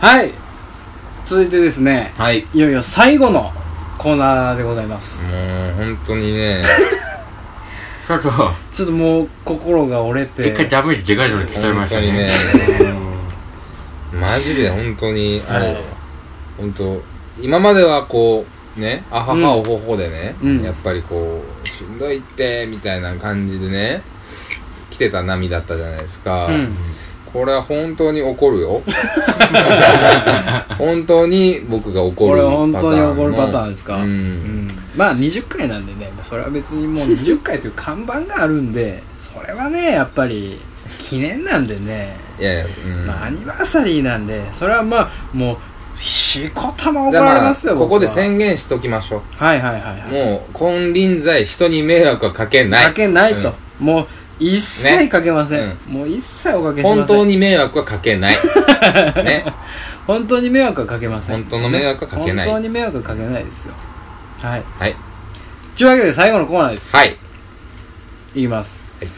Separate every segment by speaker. Speaker 1: はい続いてですね
Speaker 2: はい
Speaker 1: いよいよ最後のコーナーでございます
Speaker 2: もう本当にね なんか
Speaker 1: ちょっともう心が折れて
Speaker 3: 一回ダメージでかいのに来ちゃいましたね
Speaker 2: 本当
Speaker 3: うん
Speaker 2: マジで本当にあれ、
Speaker 1: はい
Speaker 2: 本当今まではこうねあははおほほでね、
Speaker 1: うん
Speaker 2: やっぱりこうしんどいってみたいな感じでね来てた波だったじゃないですか、
Speaker 1: うん
Speaker 2: これは本当に怒る よ本当に僕が怒
Speaker 1: こ
Speaker 2: る
Speaker 1: れ
Speaker 2: パター
Speaker 1: 本
Speaker 2: ンの
Speaker 1: 当に怒るパターンですか、
Speaker 2: うん
Speaker 1: うんまあ20回なんでねそれは別にも う20回という看板があるんでそれはねやっぱり記念なんでね、
Speaker 2: いやいや、うん
Speaker 1: まあアニバーサリーなんでそれはまあもうしこたま怒
Speaker 2: だからら
Speaker 1: れ
Speaker 2: ま
Speaker 1: ま
Speaker 2: あ
Speaker 1: すよ
Speaker 2: ここで
Speaker 1: 僕は
Speaker 2: 宣言しときましょう
Speaker 1: はいはいはいはい
Speaker 2: もう金輪際人に迷惑はかけない
Speaker 1: かけないと、
Speaker 2: うん
Speaker 1: もう一切かけません、
Speaker 2: ね
Speaker 1: もう一切おかけしません
Speaker 2: 本当に迷惑はかけ ないね
Speaker 1: 本当に迷惑はかけません
Speaker 2: 本当の迷惑はかけない
Speaker 1: 本当に迷惑はかけないですよはい
Speaker 2: はい
Speaker 1: というわけで最後のコーナーです
Speaker 2: はい
Speaker 1: いきます、
Speaker 2: はい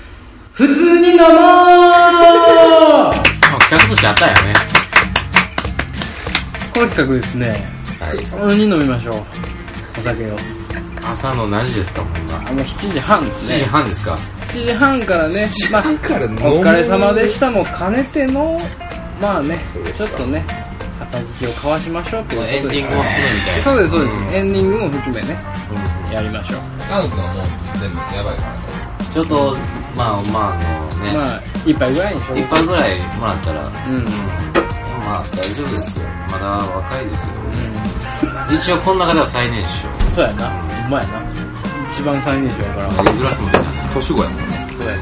Speaker 1: 普通に飲もう
Speaker 3: まあ企画としてあったんやね
Speaker 1: この企画ですね
Speaker 2: はい
Speaker 1: 普通に飲みましょうお酒を
Speaker 3: 朝の何時ですかもう今
Speaker 1: あの7時半です
Speaker 3: 7時
Speaker 1: ね
Speaker 3: 半ですか
Speaker 1: 7時半からねまあ
Speaker 2: から飲む
Speaker 1: お疲れ様でしたも兼ねてのまあね
Speaker 2: そうです
Speaker 1: ちょ
Speaker 2: か
Speaker 1: っとね杯を交わしましょうっていうことで
Speaker 3: エンディングを含めみたいな
Speaker 1: そうですそうです、
Speaker 3: ん
Speaker 1: エンディングも含めね
Speaker 3: うん
Speaker 1: やりましょう
Speaker 2: カノ君はもう全部やばいから
Speaker 3: ちょっとまあまああのね、
Speaker 1: まあ一杯ぐらいにしよう
Speaker 3: 一杯ぐらいもらったら、
Speaker 1: うん、うん、
Speaker 3: まあ大丈夫ですよまだ若いですよ一応この中では最年少
Speaker 1: そうやなうまいな一番最年少やから
Speaker 3: グラスも出たね
Speaker 2: 年子やもんね
Speaker 1: そうや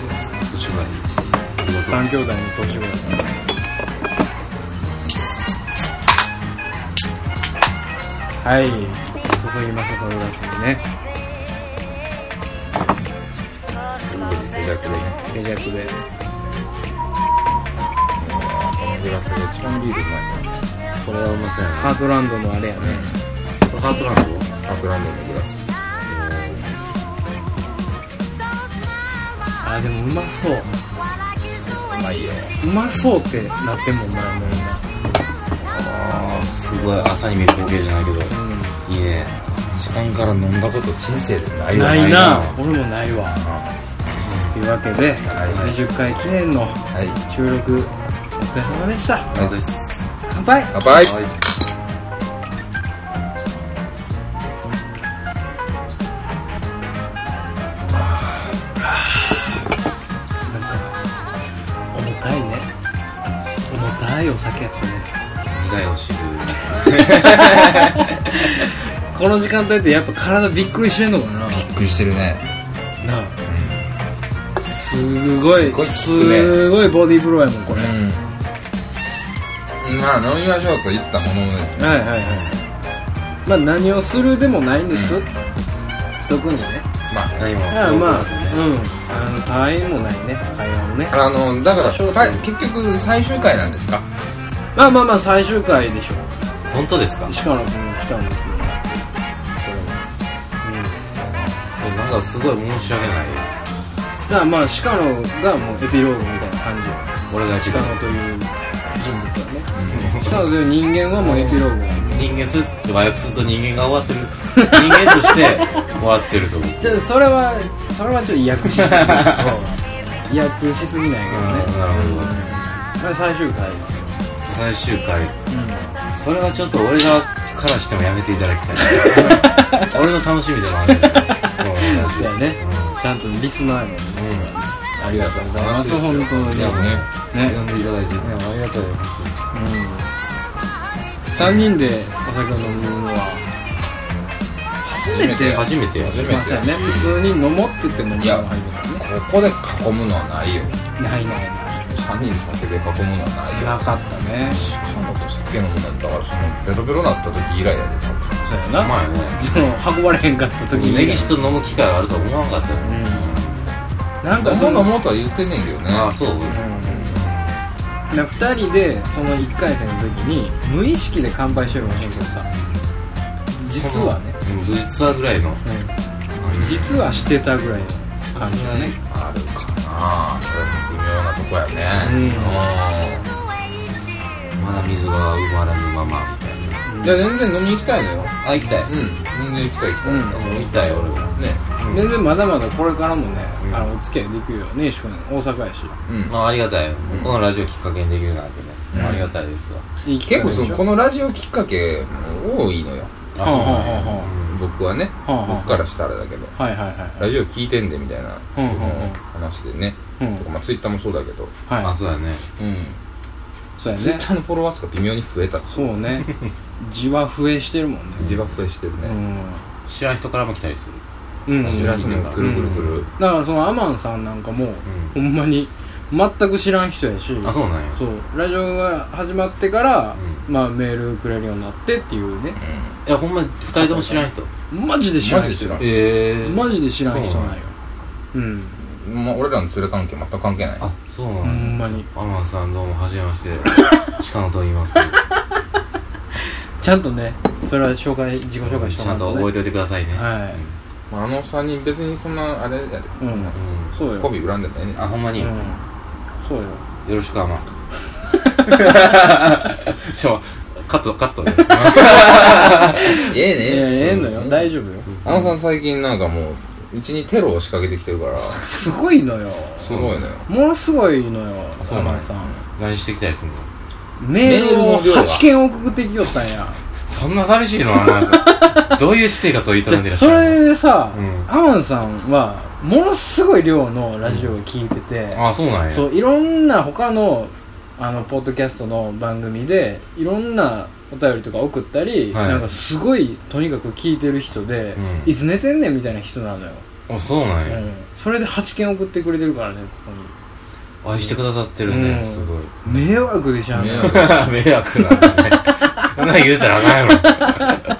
Speaker 3: 年ぐらいありがとう
Speaker 1: 三兄弟の年頃やからはい注ぎましょうこのグラスにね
Speaker 2: 手弱でね
Speaker 1: 手弱で
Speaker 2: このグラスが一番ビールうまいな
Speaker 3: これはうまそうや
Speaker 1: ハートランドのあれやね、
Speaker 3: なこれハートランド
Speaker 2: アクランドのグラス
Speaker 1: あでもうまそう
Speaker 2: うまいよ
Speaker 1: うまそうってなってんもんなもう今
Speaker 3: ああすごい朝に見る光景じゃないけどいいね
Speaker 2: 時間から飲んだこと人生でないわ
Speaker 1: ないな俺もないわ
Speaker 2: は
Speaker 1: というわけで、
Speaker 2: はい
Speaker 1: 20回記念の
Speaker 2: い
Speaker 1: 収録お疲れ様でした
Speaker 3: あれです
Speaker 1: 乾杯
Speaker 2: 乾杯
Speaker 3: はい
Speaker 1: なんか重たいね重たいお酒やったね
Speaker 3: 苦いお汁
Speaker 1: この時間帯ってやっぱ体びっくりしてんのかな
Speaker 2: びっくりしてるね
Speaker 1: なあすごい
Speaker 2: すごい効くね
Speaker 1: すごいボディーブローやもんこれ、はい
Speaker 2: うんまあ飲みましょうと言ったもののですね
Speaker 1: はいはいまあ何をするでもないんです、
Speaker 2: うん
Speaker 1: 特にね
Speaker 2: まあ
Speaker 3: 何も
Speaker 1: だからまあ、うんあの大変もないね会話もね
Speaker 2: あのだから
Speaker 1: そう
Speaker 2: か結局最終回なんですか
Speaker 1: まあまあまあ最終回でしょ
Speaker 3: 本当ですか
Speaker 1: 石川君来たんですよこれはうん
Speaker 3: そうなんかすごい申し訳ない
Speaker 1: だからまあ鹿野がもうエピローグみたいな感じよ
Speaker 3: 俺が一
Speaker 1: 鹿
Speaker 3: 番
Speaker 1: 野という人物はね、鹿野という人間はもうエピローグなんで
Speaker 3: 人間すると和訳すると人間が終わってる人間として終わってると思う
Speaker 1: ちょそれは それはちょっと威訳しすぎない威訳しすぎないけどね
Speaker 3: なるほど
Speaker 1: これ最終回ですよ、
Speaker 3: 最終回それはちょっと俺がからしてもやめていただきたい俺の楽しみでもある
Speaker 1: そうやねちゃんとリスナーやもん ね
Speaker 2: ありがとうございます
Speaker 1: 本当に
Speaker 2: いやね
Speaker 1: ね、
Speaker 3: んでいただいてねありがとう
Speaker 1: 3人でお酒を飲むのは初めて
Speaker 3: 初めてや
Speaker 2: 初めて
Speaker 1: まあそうやね普通に飲もうって言って飲む
Speaker 2: い
Speaker 1: の
Speaker 2: や
Speaker 1: は初めて
Speaker 2: ここで囲むのはないよ
Speaker 1: ねないないない
Speaker 2: 3人で酒で囲むのはないよ
Speaker 1: なかったね
Speaker 2: 彼女と酒飲むなんてだからそのベロベロなった時以来やで多分
Speaker 1: そうや
Speaker 3: ま
Speaker 1: な、
Speaker 3: あね
Speaker 1: その運ばれへんかった時に
Speaker 3: ネギシと飲む機会があるとは思わなかったよ
Speaker 1: うんなんか
Speaker 2: そ
Speaker 1: そ
Speaker 2: んな
Speaker 1: の
Speaker 2: もんとは言ってんねんけどね
Speaker 3: ああそ
Speaker 1: う
Speaker 3: う
Speaker 1: んな2人でその1回戦の時に無意識で乾杯してるかもしれんけどさ実はね、
Speaker 3: うん実はぐらいの
Speaker 1: うん実はしてたぐらいの感じだね
Speaker 2: あるかなそれも微妙なとこやね
Speaker 1: うん
Speaker 2: うん
Speaker 3: まだ水が埋まらぬままみたいな
Speaker 2: じゃあ全然飲み行きたいのよ
Speaker 3: あ行きたい、う
Speaker 2: うん全然行きたい行きた
Speaker 1: う
Speaker 2: い、
Speaker 1: ん
Speaker 3: ん、行きたい俺も
Speaker 2: ね
Speaker 3: うん
Speaker 1: 全然まだまだこれからもね、
Speaker 3: うん
Speaker 1: あのお付き合いできるよね石君大阪やし
Speaker 2: うん
Speaker 3: まあありがたい、
Speaker 2: ん
Speaker 3: このラジオきっかけにできるなんてね、
Speaker 2: うん
Speaker 3: ありがたいですわ
Speaker 1: いい機
Speaker 2: 結
Speaker 1: 会
Speaker 2: 構
Speaker 1: でしょ
Speaker 2: そのこのラジオきっかけ多いのよ
Speaker 1: はあはあは
Speaker 2: 僕はね
Speaker 1: あはあは
Speaker 2: 僕からしたらだけど
Speaker 1: あはいはいはい
Speaker 2: ラジオ聞いてんでみたいなそ
Speaker 1: うんうんうん
Speaker 2: の話でね
Speaker 1: うん
Speaker 2: とかまあツイッターもそうだけど
Speaker 3: あ
Speaker 1: はい
Speaker 3: そうだね
Speaker 2: うん
Speaker 1: そうや
Speaker 2: ツイッ
Speaker 1: ね
Speaker 2: ターのフォロワー数が微妙に増えた
Speaker 1: そうね地は増えしてるもんね
Speaker 2: 自爆増えしてるね
Speaker 3: 知らん人からも来たりする
Speaker 1: うん、うん、
Speaker 2: 知らずにくるくるくる
Speaker 1: だからそのアマンさんなんかも、ほんまに全く知らん人やし
Speaker 3: あそうなんや
Speaker 1: そうラジオが始まってから、
Speaker 3: う
Speaker 1: まあメールくれるようになってっていうね
Speaker 3: いやほんま2人とも知らん人
Speaker 1: マジで知らん人
Speaker 2: マジで知らん
Speaker 3: ええ
Speaker 1: マジで知らん人
Speaker 3: そう
Speaker 1: なん
Speaker 3: な
Speaker 1: よ
Speaker 3: んや
Speaker 1: うん
Speaker 2: うんまあ俺らの連れ関係全く関係ない
Speaker 3: あそうなん
Speaker 1: ほ
Speaker 3: や
Speaker 1: んまに
Speaker 3: アマンさんどうもはじめまして 鹿野と言います
Speaker 1: ちゃんとねそれは紹介自己紹介して
Speaker 3: ちゃんと覚えておいてくださいね
Speaker 1: はい
Speaker 2: まああの3人別にそんなあれやで
Speaker 1: うん、うん、
Speaker 3: う
Speaker 1: そうよ
Speaker 2: コビ恨んでないね
Speaker 3: んあほんま
Speaker 1: う
Speaker 3: に、
Speaker 1: ん
Speaker 3: よ
Speaker 1: そうよ
Speaker 3: ろし くアマンちょカットカットね
Speaker 2: ええ
Speaker 1: ええええのよ大丈夫よ
Speaker 2: あのさん最近なんかもううちにテロを仕掛けてきてるから
Speaker 1: すごいのよ
Speaker 2: すごいのよ
Speaker 1: ものすごいのよ
Speaker 3: あそうなんや
Speaker 1: アマンさん
Speaker 3: 何してきたりするの
Speaker 1: メールを
Speaker 2: メールの量が
Speaker 1: 8件送ってきよったんや
Speaker 3: そんな寂しいのアマンさんどういう私生活を営んでらっし
Speaker 1: そ
Speaker 3: ゃるの
Speaker 1: れでさ、
Speaker 3: うん
Speaker 1: アマンさんはものすごい量のラジオを聞いてて、
Speaker 3: あそうなんや
Speaker 1: そういろんな他のあのポッドキャストの番組でいろんなお便りとか送ったり、
Speaker 3: はい
Speaker 1: なんかすごいとにかく聞いてる人で、
Speaker 3: うん
Speaker 1: いつ寝てんねんみたいな人なのよ、
Speaker 3: あそうなんや、
Speaker 1: うんそれで8件送ってくれてるからねこ
Speaker 3: 愛してくださってる
Speaker 1: う
Speaker 3: ね、
Speaker 1: ん
Speaker 3: すごい
Speaker 1: こに迷惑でしょあんな
Speaker 2: 迷
Speaker 1: の
Speaker 2: 惑
Speaker 3: 迷惑なんだねそんなん言うたらあかんやろ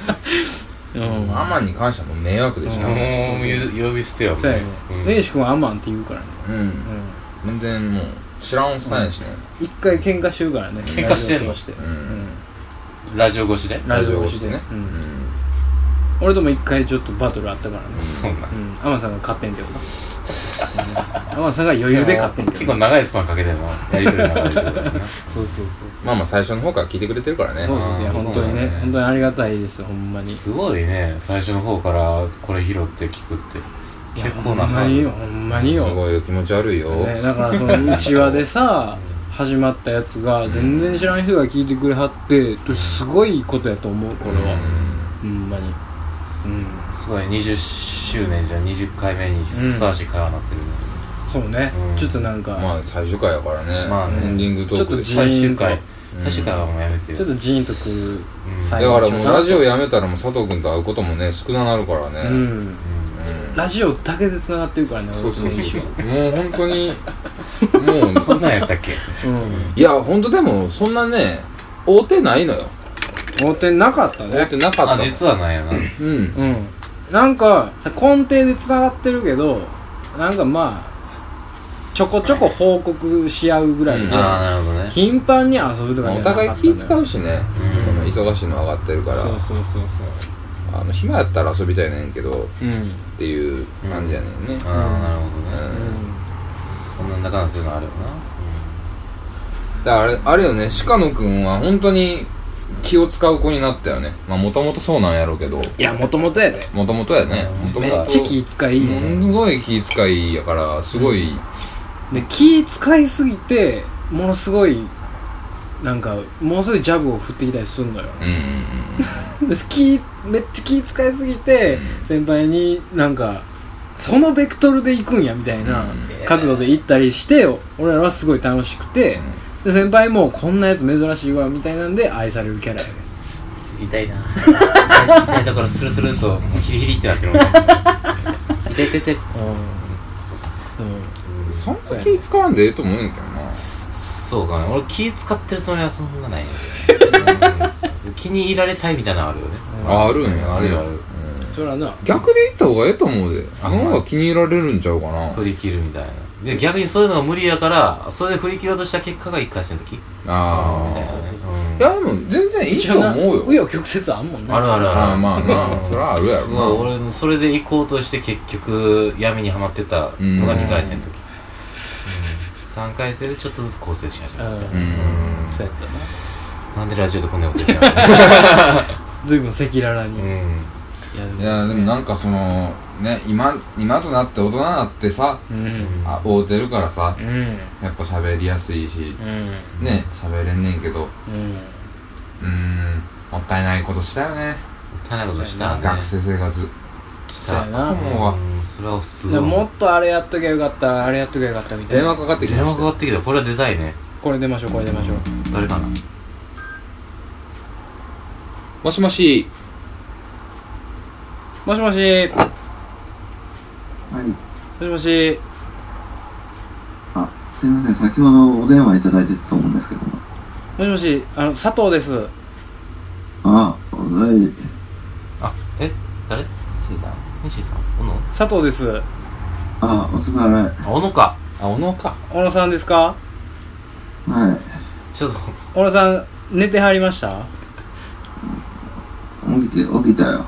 Speaker 1: うん
Speaker 2: アマンに関してはもう迷惑でしょ
Speaker 1: うん
Speaker 3: もうゆ呼び捨てやもん
Speaker 1: そうや
Speaker 3: ね
Speaker 1: ね
Speaker 3: うん
Speaker 1: 根岸君はアマンって言うからね、
Speaker 2: うん
Speaker 1: う
Speaker 2: 全然もう知らんおっさんやしね
Speaker 1: ん、一回喧嘩してるからね
Speaker 3: 喧嘩してんの
Speaker 1: ラジオ通て
Speaker 2: う
Speaker 1: うん
Speaker 2: ん
Speaker 3: ラジオ越しで
Speaker 1: ラジオ越しで
Speaker 2: ね
Speaker 1: う
Speaker 2: うんん
Speaker 1: 俺とも一回ちょっとバトルあったからね、
Speaker 3: そう
Speaker 1: う
Speaker 3: なん
Speaker 1: ん、アマンさんが勝ってんけどなアマンさんが余裕で勝ってんけ
Speaker 3: 結
Speaker 1: ど
Speaker 3: 構
Speaker 1: な
Speaker 3: 長いスパンかけてるなやりとりの中でってことだよな
Speaker 1: そうそうそう
Speaker 2: まあまあ最初の方から聞いてくれてるからね
Speaker 1: そうそういや
Speaker 3: あー
Speaker 1: 本当にね
Speaker 3: そうなんだね
Speaker 1: 本当にありがたいですほんまに
Speaker 3: すごいね最初の方からこれ拾って聞くって結構
Speaker 1: いや
Speaker 3: な
Speaker 1: ほんまによほんまによ、
Speaker 2: すごいよ気持ち悪いよ
Speaker 1: ね、だからそのうちわでさ 始まったやつが全然知らん人が聞いてくれはってすごいことやと思うこれは、ほんまにうん
Speaker 3: すごい20周年じゃ20回目にふさわしい会話になってるね、
Speaker 1: そうね、
Speaker 3: うん
Speaker 1: ちょっとなんか、
Speaker 2: まあ最初回やからね
Speaker 3: まあね
Speaker 2: エンディングトークで
Speaker 1: ち
Speaker 2: し
Speaker 1: ょっと
Speaker 3: 最終回
Speaker 2: うん
Speaker 3: 最終回はもうやめてよ
Speaker 1: ちょっとジーンとくる
Speaker 3: うん
Speaker 2: だ
Speaker 1: 最
Speaker 2: か
Speaker 1: 後
Speaker 2: らもうラジオやめたらもう佐藤君と会うこともね少ななるからね
Speaker 1: う
Speaker 2: うん
Speaker 1: んラジオだけで繋がってるからね
Speaker 2: そうそう
Speaker 1: 俺と西は
Speaker 2: そうもう本当にもう
Speaker 3: そんなんやったっけ
Speaker 1: う
Speaker 2: いや本当でもそんなね会うてないのよ
Speaker 1: ん合点なかった
Speaker 2: 会う
Speaker 1: ね
Speaker 2: てなか
Speaker 3: あ
Speaker 2: った
Speaker 3: 実はなんやな
Speaker 2: うん
Speaker 1: うんなんかさ根底で繋がってるけどなんかまあちょこちょこ報告し合うぐらいで、
Speaker 2: うん
Speaker 3: ああなるほどね
Speaker 1: 頻繁に遊ぶとか
Speaker 2: ま
Speaker 1: じ
Speaker 2: あお
Speaker 1: ゃなかった
Speaker 2: 互い
Speaker 1: のよ
Speaker 2: 気使うしね
Speaker 3: うん
Speaker 2: その忙しいの上がってるか
Speaker 1: そう
Speaker 2: ら
Speaker 1: そうそう
Speaker 2: あの暇やったら遊びたいねんけど
Speaker 1: そううん、
Speaker 2: っていう感じやねんね
Speaker 3: ああなるほど
Speaker 2: う
Speaker 3: ね
Speaker 1: う
Speaker 3: こんなんだかんだそういうのあるよ
Speaker 2: だか
Speaker 3: な、
Speaker 2: らあれあれよね鹿野君は本当に気を使う子になったよねまあもともとそうなんやろうけど
Speaker 1: ん、いやもともとやで
Speaker 2: もともとやね
Speaker 3: うん
Speaker 1: め
Speaker 2: 元々
Speaker 1: っちゃ気使い、
Speaker 2: ものすごい気使いやからすごい、
Speaker 1: で気使いすぎてものすごいなんかものすごいジャブを振ってきたりするのよ
Speaker 2: うんうん
Speaker 1: で気めっちゃ気使いすぎて、先輩になんかそのベクトルで行くんやみたいな
Speaker 2: うん
Speaker 1: 角度で行ったりして、俺らはすごい楽しくて、で先輩もこんなやつ珍しいわみたいなんで愛されるキャラやね
Speaker 3: うん、痛いな 痛いところスルスルともうヒリヒリってなってるもんね痛い痛い痛い
Speaker 1: うん
Speaker 2: うんそんな気使わんでええと思うねんけどな
Speaker 3: そうかね俺気使ってるつもりはそんなないんやけど気に入られたいみたいなのあるよね
Speaker 2: ああるんや
Speaker 3: あるよある
Speaker 2: うん
Speaker 1: それはな
Speaker 2: 逆で言った方がええと思うで
Speaker 3: あ
Speaker 2: あの方が気に入られるんちゃうかな
Speaker 3: 振り切るみたいなで逆にそういうのが無理やからそれで振り切ろうとした結果が1回戦の時
Speaker 2: あ
Speaker 3: そうそうそう
Speaker 2: あいやでも全然いいと思うよ
Speaker 1: 紆余曲折あんもんね
Speaker 3: あるあるある
Speaker 2: まあまあまあ
Speaker 3: う ん
Speaker 2: それはあるやろ
Speaker 3: まあ
Speaker 2: な
Speaker 3: 俺もそれで行こうとして結局闇にはまってたのが2回戦の時、3回戦でちょっとずつ構成し始めたみたい
Speaker 1: う
Speaker 3: な
Speaker 1: ん
Speaker 2: うん
Speaker 1: そうやったな
Speaker 3: なんでラジオでこんなこと言ってたの
Speaker 1: 随分赤裸々に、
Speaker 3: う
Speaker 1: い
Speaker 3: ん
Speaker 1: やでも
Speaker 2: いやでもなんかそのね今今となって大人になってさ
Speaker 1: うん
Speaker 2: あ会うてるからさ
Speaker 1: うん
Speaker 2: やっぱ喋りやすいし
Speaker 1: うん
Speaker 2: ね喋れんねんけど
Speaker 1: うん
Speaker 2: うーんもったいないことしたよね
Speaker 3: 大変なことしたね
Speaker 2: 学生生活
Speaker 3: した
Speaker 1: そうやな
Speaker 2: もう
Speaker 3: うんそれはす
Speaker 1: で
Speaker 3: ごい
Speaker 1: ももっとあれやっときゃよかったあれやっときゃよかったみたい
Speaker 2: 電
Speaker 1: な
Speaker 2: 話かかってきま
Speaker 3: 電話
Speaker 2: し
Speaker 3: か
Speaker 2: た
Speaker 3: かってきたこれは出たいね
Speaker 1: これ出ましょうこれ出ましょう
Speaker 3: 誰かな
Speaker 2: もしもし
Speaker 1: もしもし
Speaker 4: はい。
Speaker 1: もしもし
Speaker 4: あ、すいません。先ほどお電話いただいてたと思うんですけども。
Speaker 1: もしもしあの佐藤です
Speaker 4: あ、はい。
Speaker 3: あえ誰シーさんねシーさん小野
Speaker 1: 佐藤です
Speaker 4: あ、お疲れ。
Speaker 3: あ小野か
Speaker 2: あ小野か
Speaker 1: 小野さんですか
Speaker 4: はい。
Speaker 3: ちょっと
Speaker 1: 小野さん寝てはりました
Speaker 4: 起きて、起きたよ。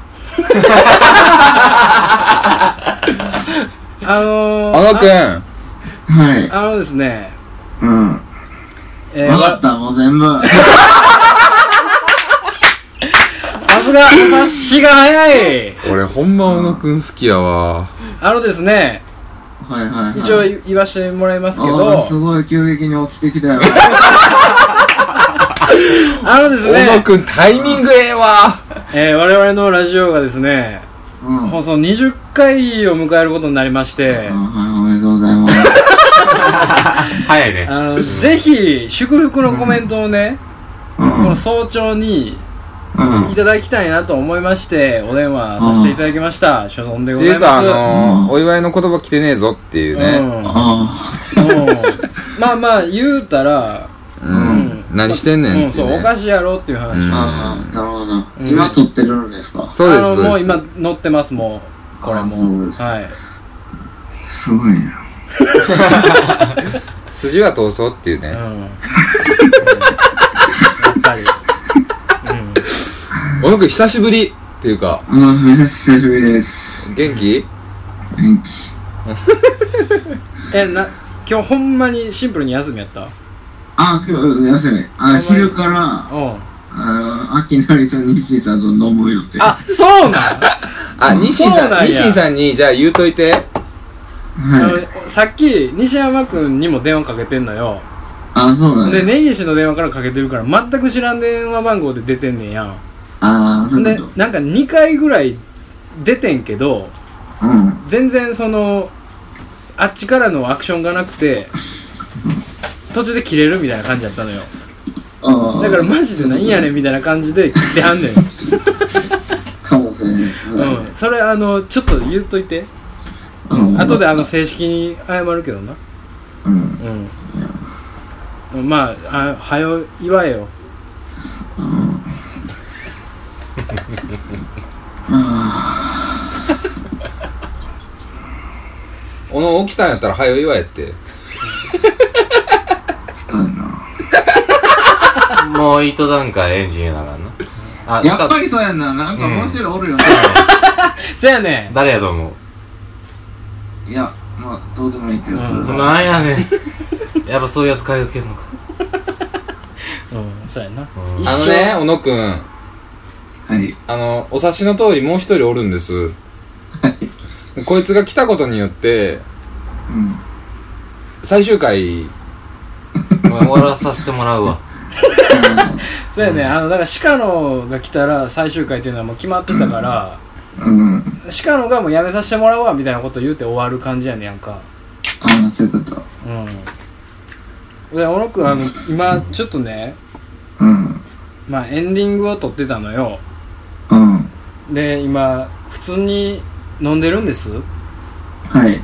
Speaker 1: あのー、
Speaker 2: 小野くん
Speaker 4: はい。
Speaker 1: ああのですね
Speaker 4: うん。わ
Speaker 1: え
Speaker 4: かった、も う全部。
Speaker 1: わさすが察しが早い
Speaker 2: 俺ほんま小野くん好きやわ
Speaker 1: あのですね
Speaker 4: はいはい、はい。
Speaker 1: 一応言わしてもらいますけ
Speaker 4: あーす
Speaker 1: ど
Speaker 4: ごい急激に起きてきたよ。
Speaker 1: あのです
Speaker 2: 小野
Speaker 1: ね、
Speaker 2: くんタイミングええわ
Speaker 1: えー我々のラジオがですね
Speaker 4: うん。うん
Speaker 1: 放送20回を迎えることになりまして、
Speaker 4: はい、おめでとうございます。
Speaker 3: 早いね
Speaker 1: あの、ぜひ、祝福のコメントをね、
Speaker 4: うん。
Speaker 1: この早朝に
Speaker 4: うん。
Speaker 1: いただきたいなと思いまして、お電話させていただきました。所存で
Speaker 2: っ
Speaker 1: ご
Speaker 2: て
Speaker 1: ざ
Speaker 2: い
Speaker 1: いう
Speaker 2: か
Speaker 1: ま
Speaker 2: あ
Speaker 1: す。
Speaker 2: の
Speaker 4: うん
Speaker 2: ーお祝いの言葉来てねえぞっていうね
Speaker 4: あ
Speaker 1: うんうんまあまあ、言うたら、
Speaker 2: う
Speaker 1: うん
Speaker 2: 何してんねん
Speaker 1: うん、
Speaker 2: ってい
Speaker 1: そうう、お
Speaker 2: ね
Speaker 1: かしいやろっていう
Speaker 2: う
Speaker 4: ー
Speaker 1: 話。
Speaker 2: ん
Speaker 4: あー、なるほど。
Speaker 1: うん
Speaker 4: 今撮ってるんですか
Speaker 2: そうです
Speaker 1: あの、も
Speaker 2: そう
Speaker 1: う
Speaker 2: です
Speaker 1: 今、乗ってます、もう。これ
Speaker 4: あそう
Speaker 1: もう。
Speaker 4: です
Speaker 1: はい。
Speaker 4: すごいね。
Speaker 2: 筋は通そうっていう
Speaker 1: うん。
Speaker 2: ね
Speaker 1: うんやっぱり。うん。
Speaker 2: 小野くん久しぶりっていうか
Speaker 4: うん、めっちゃ久しぶりです。
Speaker 2: 元気
Speaker 4: 元気。
Speaker 1: え、な、今日ほんまにシンプルに休みやった
Speaker 4: あ、今日、休み。あ、昼から、
Speaker 1: うん。
Speaker 4: あ秋成と西井さんと飲む予定。
Speaker 1: あ、そうなん
Speaker 2: あ西井
Speaker 1: そうな
Speaker 2: さ
Speaker 1: んんや
Speaker 2: 西井さんにじゃあ言うといて
Speaker 1: あ
Speaker 4: はい。
Speaker 1: のさっき西山君にも電話かけてんのよ
Speaker 4: あ、そうなん
Speaker 1: で
Speaker 4: だ。
Speaker 1: 根岸の電話からかけてるから全く知らん電話番号で出てんねんやん
Speaker 4: あー、そういう
Speaker 1: で
Speaker 4: こと。
Speaker 1: なんか2回ぐらい出てんけど
Speaker 4: うん。
Speaker 1: 全然そのあっちからのアクションがなくて途中で切れるみたいな感じだったのよ
Speaker 4: あー
Speaker 1: だからマジでなんやねんみたいな感じで切ってはんねん、
Speaker 4: かもしれない。
Speaker 1: うん、それあのちょっと言っといて、
Speaker 4: うん
Speaker 1: 後で。あの正式に謝るけどな
Speaker 4: うん。
Speaker 1: うんまああはよ祝えよ
Speaker 4: うん。あ
Speaker 2: 小野起きたんやったら早よ祝えって
Speaker 4: ー、来たいな。
Speaker 3: もう糸段階エンジンやなあかんなあ
Speaker 4: やっ
Speaker 3: しか
Speaker 4: ぱりそうやんな。なんかもう一人おるよね。
Speaker 1: せやねん
Speaker 3: 誰やと思う
Speaker 4: いや、まあ、どうでもいいけど。
Speaker 1: うん
Speaker 4: それは
Speaker 3: なんやねんやっぱそういうやつ買い受けるのか
Speaker 1: うんそうやな
Speaker 3: うん
Speaker 1: 一
Speaker 2: あの
Speaker 1: 緒
Speaker 2: ね小野くん
Speaker 4: はい。
Speaker 2: あのお察しの通りもう一人おるんですこいつが来たことによって
Speaker 4: うん。
Speaker 2: 最終回
Speaker 3: もう終わらさせてもらうわ
Speaker 1: そうやねあのだから鹿野が来たら最終回っていうのはもう決まってたから
Speaker 4: うん。
Speaker 1: 鹿野がもうやめさせてもらうわみたいなこと言うて終わる感じやねやんか
Speaker 4: あー、そういうこと。
Speaker 1: うんで小野君あの今ちょっとね
Speaker 4: うん。
Speaker 1: まあエンディングを撮ってたのよ
Speaker 4: うん。
Speaker 1: で今普通に飲んでるんです
Speaker 4: はい。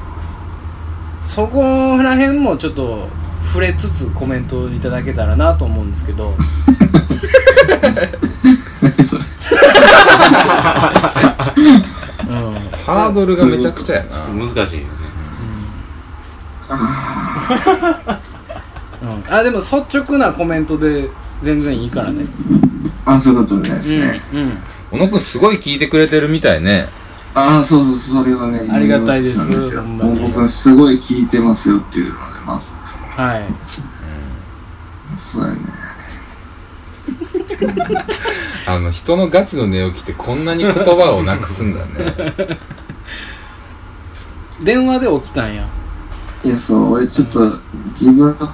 Speaker 1: そこら辺もちょっと触れつつコメントいただけたらなと思うんですけどうん
Speaker 2: ハードルがめちゃくちゃやな
Speaker 3: 難しいよね
Speaker 1: うん、あでも率直なコメントで全然いいからね
Speaker 4: あ、そういうことですね。
Speaker 1: うん、
Speaker 2: 小野くんすごい聞いてくれてるみたいね
Speaker 4: ああ、そうそう、それはね、
Speaker 1: ありがたいです
Speaker 4: なんよ
Speaker 1: ほんまに
Speaker 4: もう僕はすごい聞いてますよっていうので、まず、
Speaker 1: はい
Speaker 4: そうだよね。
Speaker 2: あの人のガチの寝起きってこんなに言葉をなくすんだね
Speaker 1: 電話で起きたんや
Speaker 4: いや、そう、俺ちょっと、自分の、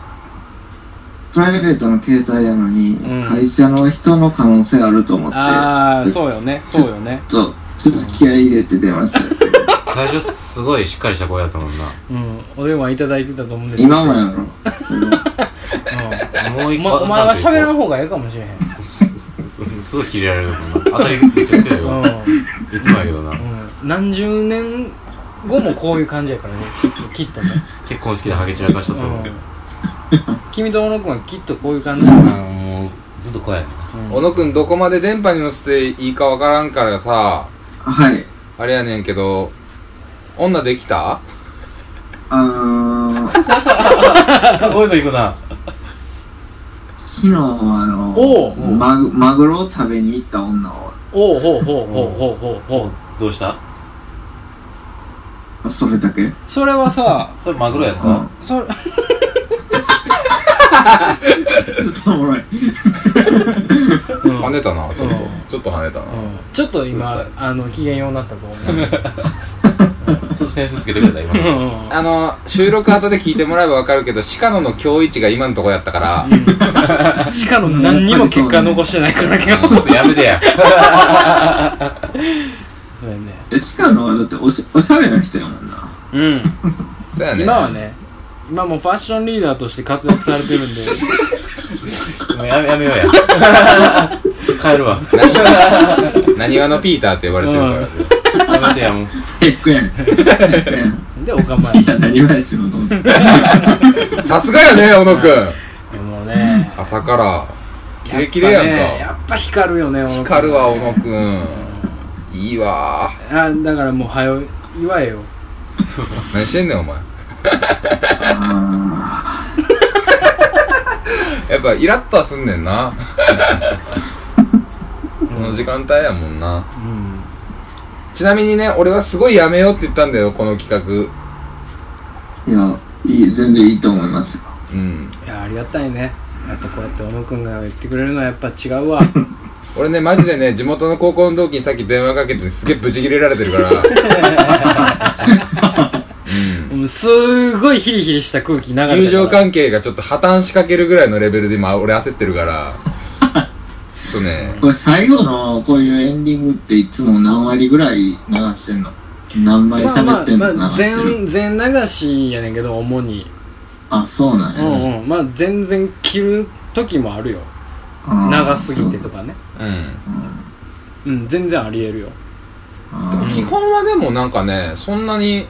Speaker 4: プライベートの携帯やのに、
Speaker 1: うん
Speaker 4: 会社の人の可能性あると思って、
Speaker 1: ああ
Speaker 4: ちょっ
Speaker 1: そうよねそうよね
Speaker 4: と、ちょっと気合い入れて出ました。
Speaker 3: 最初すごいしっかりした声だったもんな
Speaker 1: うんお電話いただいてたと思うんですけど
Speaker 4: 今もやろ。
Speaker 3: もう
Speaker 1: うん
Speaker 3: 一
Speaker 1: お
Speaker 3: 個
Speaker 1: 前お前は喋らん
Speaker 3: 方
Speaker 1: 方がええかもしれへん
Speaker 3: すごいキレられるもんな当たりめっちゃ強いよ
Speaker 1: う、
Speaker 3: いつもやけどなん
Speaker 1: うん、何十年後もこういう感じやからねきっときっとね、
Speaker 3: 結婚式でハゲ散らかしとったもん
Speaker 1: うん、君と小野君はきっとこういう感じやな、
Speaker 3: あもうずっと怖い
Speaker 1: うん
Speaker 2: 小野くんどこまで電波に乗せていいかわからんからさ
Speaker 4: はい。
Speaker 2: あれやねんけど女できた
Speaker 4: あー、
Speaker 3: すごいの行くな
Speaker 4: 昨日、あの、
Speaker 1: おう
Speaker 4: マグマグロを食べに行った女を、
Speaker 1: おうほうほうほうほうほうほう
Speaker 3: どうした
Speaker 4: それだけ
Speaker 1: それはさ
Speaker 3: それマグロやった
Speaker 4: うん。
Speaker 1: それ
Speaker 4: ちょっとおもろい。
Speaker 1: うん
Speaker 2: 跳ねたなちょっ
Speaker 1: う
Speaker 2: と、
Speaker 1: ん
Speaker 2: ちょっと跳ねたな、
Speaker 1: ちょっと今あの機嫌ようになったぞ
Speaker 3: ちょっと点数つけてくれた今
Speaker 1: お前
Speaker 3: の
Speaker 2: あの収録後で聞いてもらえばわかるけど鹿野の今日一が今のとこやったから
Speaker 1: うんしかも何にも結果残してないから今日
Speaker 3: ちょっとやめてや
Speaker 1: そうやね
Speaker 4: え、しかも、だっておしおしゃれな人やもんな。
Speaker 1: うん
Speaker 2: そうやね
Speaker 1: 今はね今もうファッションリーダーとして活躍されてるんで
Speaker 3: もうやめやめようや 帰るわ
Speaker 2: なにわのピーターって呼ばれてるから、
Speaker 3: やめてやもう
Speaker 4: テックやん。テックやん。
Speaker 1: でおかま
Speaker 4: い
Speaker 1: い
Speaker 4: や、何もないですよ、どうぞ
Speaker 2: さすがやね小野くん
Speaker 1: もうね
Speaker 2: 朝からキレキレやんか
Speaker 1: やっぱ,、ね、やっぱ光るよね小野君
Speaker 2: 光るわ小野くんいいわ
Speaker 1: あだからもう早よ言わえよ
Speaker 2: 何してんねんお前
Speaker 4: あ
Speaker 2: やっぱイラッとはすんねんなこの時間帯やもんな
Speaker 1: うん
Speaker 2: ちなみにね俺はすごいやめようって言ったんだよこの企画
Speaker 4: ーいや、いい、全然いいと思いますよ。
Speaker 2: うん
Speaker 1: いやありがたいねやっぱこうやって小野君が言ってくれるのはやっぱ違うわ
Speaker 2: 俺ねマジでね地元の高校の同期にさっき電話かけてすげえブチ切れられてるからうん
Speaker 1: うんすごいヒリヒリした空気流れて
Speaker 2: 友情
Speaker 1: か
Speaker 2: 関係がちょっと破綻しかけるぐらいのレベルで今俺焦ってるからちょっとね
Speaker 4: これ最後のこういうエンディングっていつも何割ぐらい流してんの何枚
Speaker 1: まあま
Speaker 4: 喋
Speaker 1: あ
Speaker 4: ってんの、
Speaker 1: まあ
Speaker 4: 流してる
Speaker 1: 全全流しやねんけど主に
Speaker 4: あ、そうなん
Speaker 1: う
Speaker 4: や、
Speaker 1: んうんまあ全然切る時もあるよ
Speaker 4: あー
Speaker 1: 長すぎてとかね
Speaker 2: う
Speaker 1: う
Speaker 2: ん
Speaker 1: ん全然ありえるよ
Speaker 4: あ
Speaker 1: うん
Speaker 4: ー
Speaker 2: 基本はでもなんかねそんなに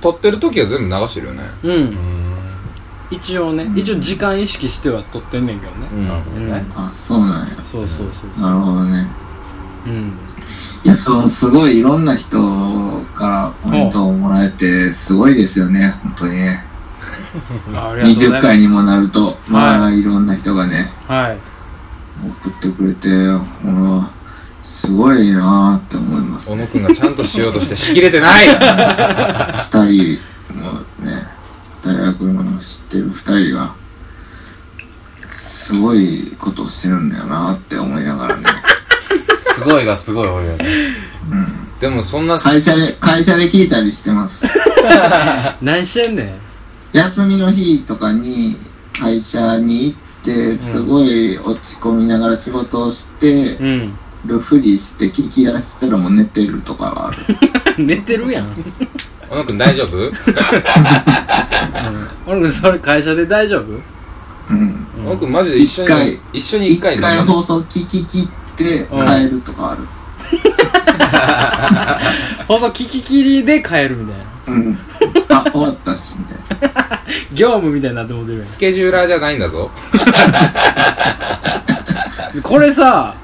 Speaker 2: 撮ってる時は全部流してるよね
Speaker 1: う
Speaker 3: うんん
Speaker 1: 一応ね一応時間意識しては撮ってんねんけどね
Speaker 2: なる
Speaker 3: なる
Speaker 2: ほ
Speaker 3: ほ
Speaker 2: ど
Speaker 3: ど
Speaker 2: ね、
Speaker 1: ね
Speaker 4: あ、そうなんや
Speaker 1: そうそうそうそ
Speaker 4: なる
Speaker 1: う
Speaker 4: ほどね
Speaker 1: うん
Speaker 4: いや、そう、すごいいろんな人からコメントをもらえてすごいですよね、本当にね
Speaker 1: あありがとうござ
Speaker 4: 20
Speaker 1: いま
Speaker 4: 回
Speaker 1: す
Speaker 4: にもなると、まあ、いろんな人がね
Speaker 1: はい
Speaker 4: 送ってくれて、うん、すごいなーって思います
Speaker 2: 小野くんがちゃんとしようとしてしきれてない
Speaker 4: 二人もね大学の知ってる二人がすごいことをしてるんだよなって思いながらね、
Speaker 3: すごいがすごい多いよね
Speaker 4: うん、
Speaker 2: でもそんな
Speaker 4: 会社で会社で聞いたりしてます
Speaker 1: 何してんねん
Speaker 4: 休みの日とかに会社に行ってすごい落ち込みながら仕事をして
Speaker 1: うん
Speaker 4: るふりして聞き出したらもう寝てるとかはある
Speaker 1: 寝てるやん
Speaker 2: 小野くん大丈夫
Speaker 1: 俺もそれ会社で大丈夫
Speaker 4: うん
Speaker 2: 小野くんマジで一緒
Speaker 4: 一回
Speaker 2: に一緒に一
Speaker 4: 一
Speaker 2: 回
Speaker 4: 回
Speaker 2: 飲まない
Speaker 4: 放送聞き切って帰るとかある
Speaker 1: 放送聞き切りで帰るみたいな
Speaker 4: うんあ終わったしみたいな
Speaker 1: 業務みたいになって思ってるやん
Speaker 2: スケジューラーじゃないんだぞ
Speaker 1: これさ、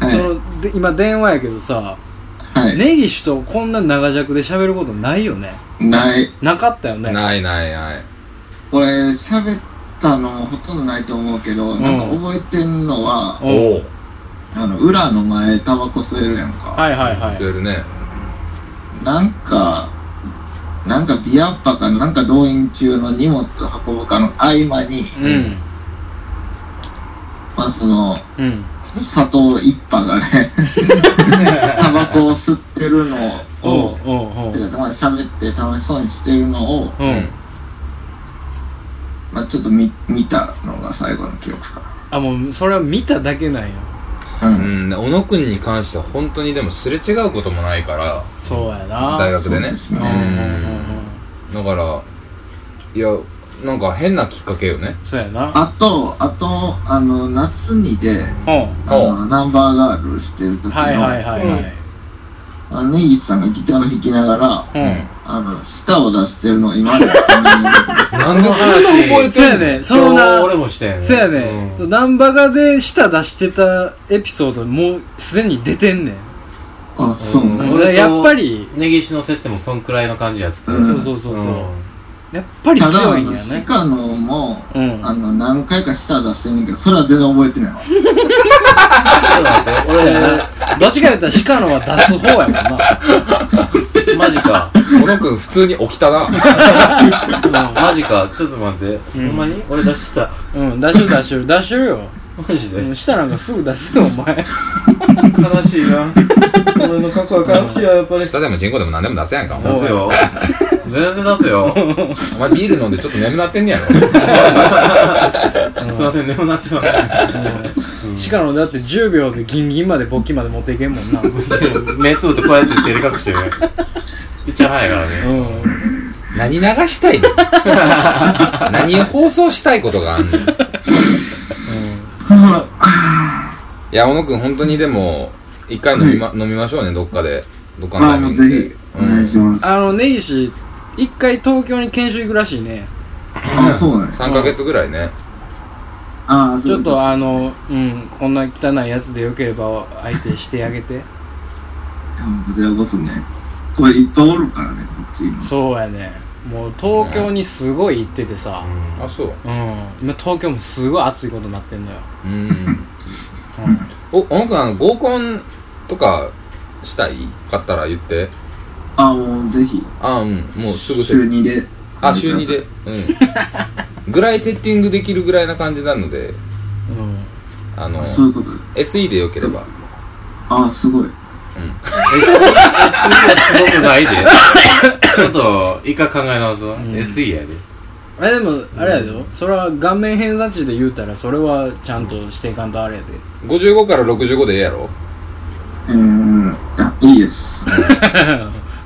Speaker 4: はい
Speaker 1: そので今電話やけどさ、
Speaker 4: はい、
Speaker 1: 根岸とこんな長尺で喋ることないよね
Speaker 4: ない
Speaker 1: なかったよね
Speaker 2: ないないない
Speaker 4: これ喋ったのほとんどないと思うけど、
Speaker 1: ん
Speaker 4: なんか覚えてんのは
Speaker 1: おう
Speaker 3: お
Speaker 4: あの裏の前タバコ吸えるやんか、
Speaker 1: はいはいは
Speaker 2: 吸えるね
Speaker 4: なんかなんかビアッパかなんか動員中の荷物運ぶかの合間に、
Speaker 1: いうん
Speaker 4: まあその
Speaker 1: うん
Speaker 4: 佐藤一派 がねタバコを吸ってるの
Speaker 1: お
Speaker 4: を
Speaker 1: うおうお
Speaker 4: て
Speaker 1: う
Speaker 4: かまあ喋って楽しそうにしてるのを、
Speaker 1: う
Speaker 2: うんん
Speaker 4: まあ、ちょっと見見たのが最後の記憶か
Speaker 1: あもうそれは見ただけなんや
Speaker 4: うん、
Speaker 2: うん、で小野くんに関しては本当にでもすれ違うこともないから
Speaker 1: そうやな
Speaker 2: 大学でね
Speaker 4: そ
Speaker 1: う
Speaker 4: う
Speaker 1: ん
Speaker 4: です
Speaker 1: うんうん
Speaker 2: うん
Speaker 1: うん
Speaker 2: だからいやなんか変なきっかけよね
Speaker 1: そうやな
Speaker 4: あとあとあの夏にで
Speaker 1: うん
Speaker 4: あ
Speaker 2: ほ
Speaker 4: のナンバーガールしてる時の、
Speaker 1: はいはいはいは
Speaker 4: あの根岸さんがギターを弾きなが
Speaker 1: い
Speaker 4: ら
Speaker 1: うん
Speaker 4: あの舌を出してるの を今まで
Speaker 2: なんでそんな覚え
Speaker 1: そう
Speaker 2: て
Speaker 1: や
Speaker 2: んの
Speaker 1: ねその
Speaker 3: 今
Speaker 1: な
Speaker 3: 日俺もしたよね
Speaker 1: そうやね、
Speaker 3: う
Speaker 1: そ
Speaker 3: ん
Speaker 1: うナンバガで舌出してたエピソードもうすでに出てんねん
Speaker 4: あそう
Speaker 3: う
Speaker 4: ね
Speaker 3: ん
Speaker 1: 俺はやっぱり、
Speaker 3: 根岸の設定もそんくらいの感じやった
Speaker 4: うん
Speaker 1: そうそうそうそう、
Speaker 3: うん
Speaker 1: やっぱり
Speaker 4: ただ
Speaker 1: 強
Speaker 4: あ
Speaker 1: いん
Speaker 4: の
Speaker 1: やね
Speaker 4: 鹿野も
Speaker 1: うん
Speaker 4: あの何回か舌出してんねんけどそれは全然覚えてないわ
Speaker 3: ちょっと待って
Speaker 1: そうやなどっちか言ったら鹿野は出す方やもんな
Speaker 3: 俺マジか
Speaker 2: 小野くん普通に起き たな
Speaker 3: マジかちょっと待って
Speaker 1: う
Speaker 3: ほ
Speaker 1: ん
Speaker 3: んまに俺出してた
Speaker 1: うん出しゅる出しゅる出しゅるよ
Speaker 3: マジ
Speaker 1: う
Speaker 3: で
Speaker 1: ん舌なんかすぐ出すよお前
Speaker 3: 悲し いな俺の過去は悲しいわやっぱり
Speaker 2: 下でも人工でも何でも出せやんかお
Speaker 3: 出
Speaker 2: 前
Speaker 3: せよ全然出せよ
Speaker 2: お前ビール飲んでちょっと眠なってんねや ろ
Speaker 3: すいません眠なってます
Speaker 1: 鹿野だって10秒でギンギンまで勃起まで持っていけんもんなう
Speaker 3: 目つぶってこうやって照れ隠してね一応早いからね
Speaker 1: ん
Speaker 2: 何流した いの何を放送したいことがあんのいや小野くん本当にでも一回飲み,、ま、飲みましょうねどっかでどっかの
Speaker 4: ま
Speaker 2: タ
Speaker 4: あ
Speaker 2: イ
Speaker 4: も
Speaker 2: ミン
Speaker 4: う
Speaker 2: グで
Speaker 4: ぜひお願いします、
Speaker 1: あの根岸一回東京に研修行くらしいね
Speaker 4: あそうなんです
Speaker 2: 3ヶ月ぐらいね
Speaker 4: ああ
Speaker 1: ちょっとあのうんこんな汚いやつでよければ相手してあげて
Speaker 4: こちらこそねこれいっぱいおるからねこっち今
Speaker 1: そうやねもう東京にすごい行っててさ
Speaker 2: あそう
Speaker 1: うん今東京もすごい暑いことになってんのよ
Speaker 2: うん
Speaker 1: うん
Speaker 2: お小野くんあの合コンとかしたいかったら言って
Speaker 4: ああもうぜひ
Speaker 2: あうんもうすぐせ
Speaker 4: 週2で
Speaker 2: あ週2でうんぐらいセッティングできるぐらいな感じなので
Speaker 1: うん
Speaker 2: あの
Speaker 4: そういうことです
Speaker 2: SE でよければ
Speaker 4: ああすごい
Speaker 3: すごくないでちょっと一回考え直すわ SE やで
Speaker 1: あれでもあれやでそれは顔面偏差値で言うたらそれはちゃんとしていかんとあれ やで
Speaker 2: 55から65でええやろ
Speaker 4: えー、あいいです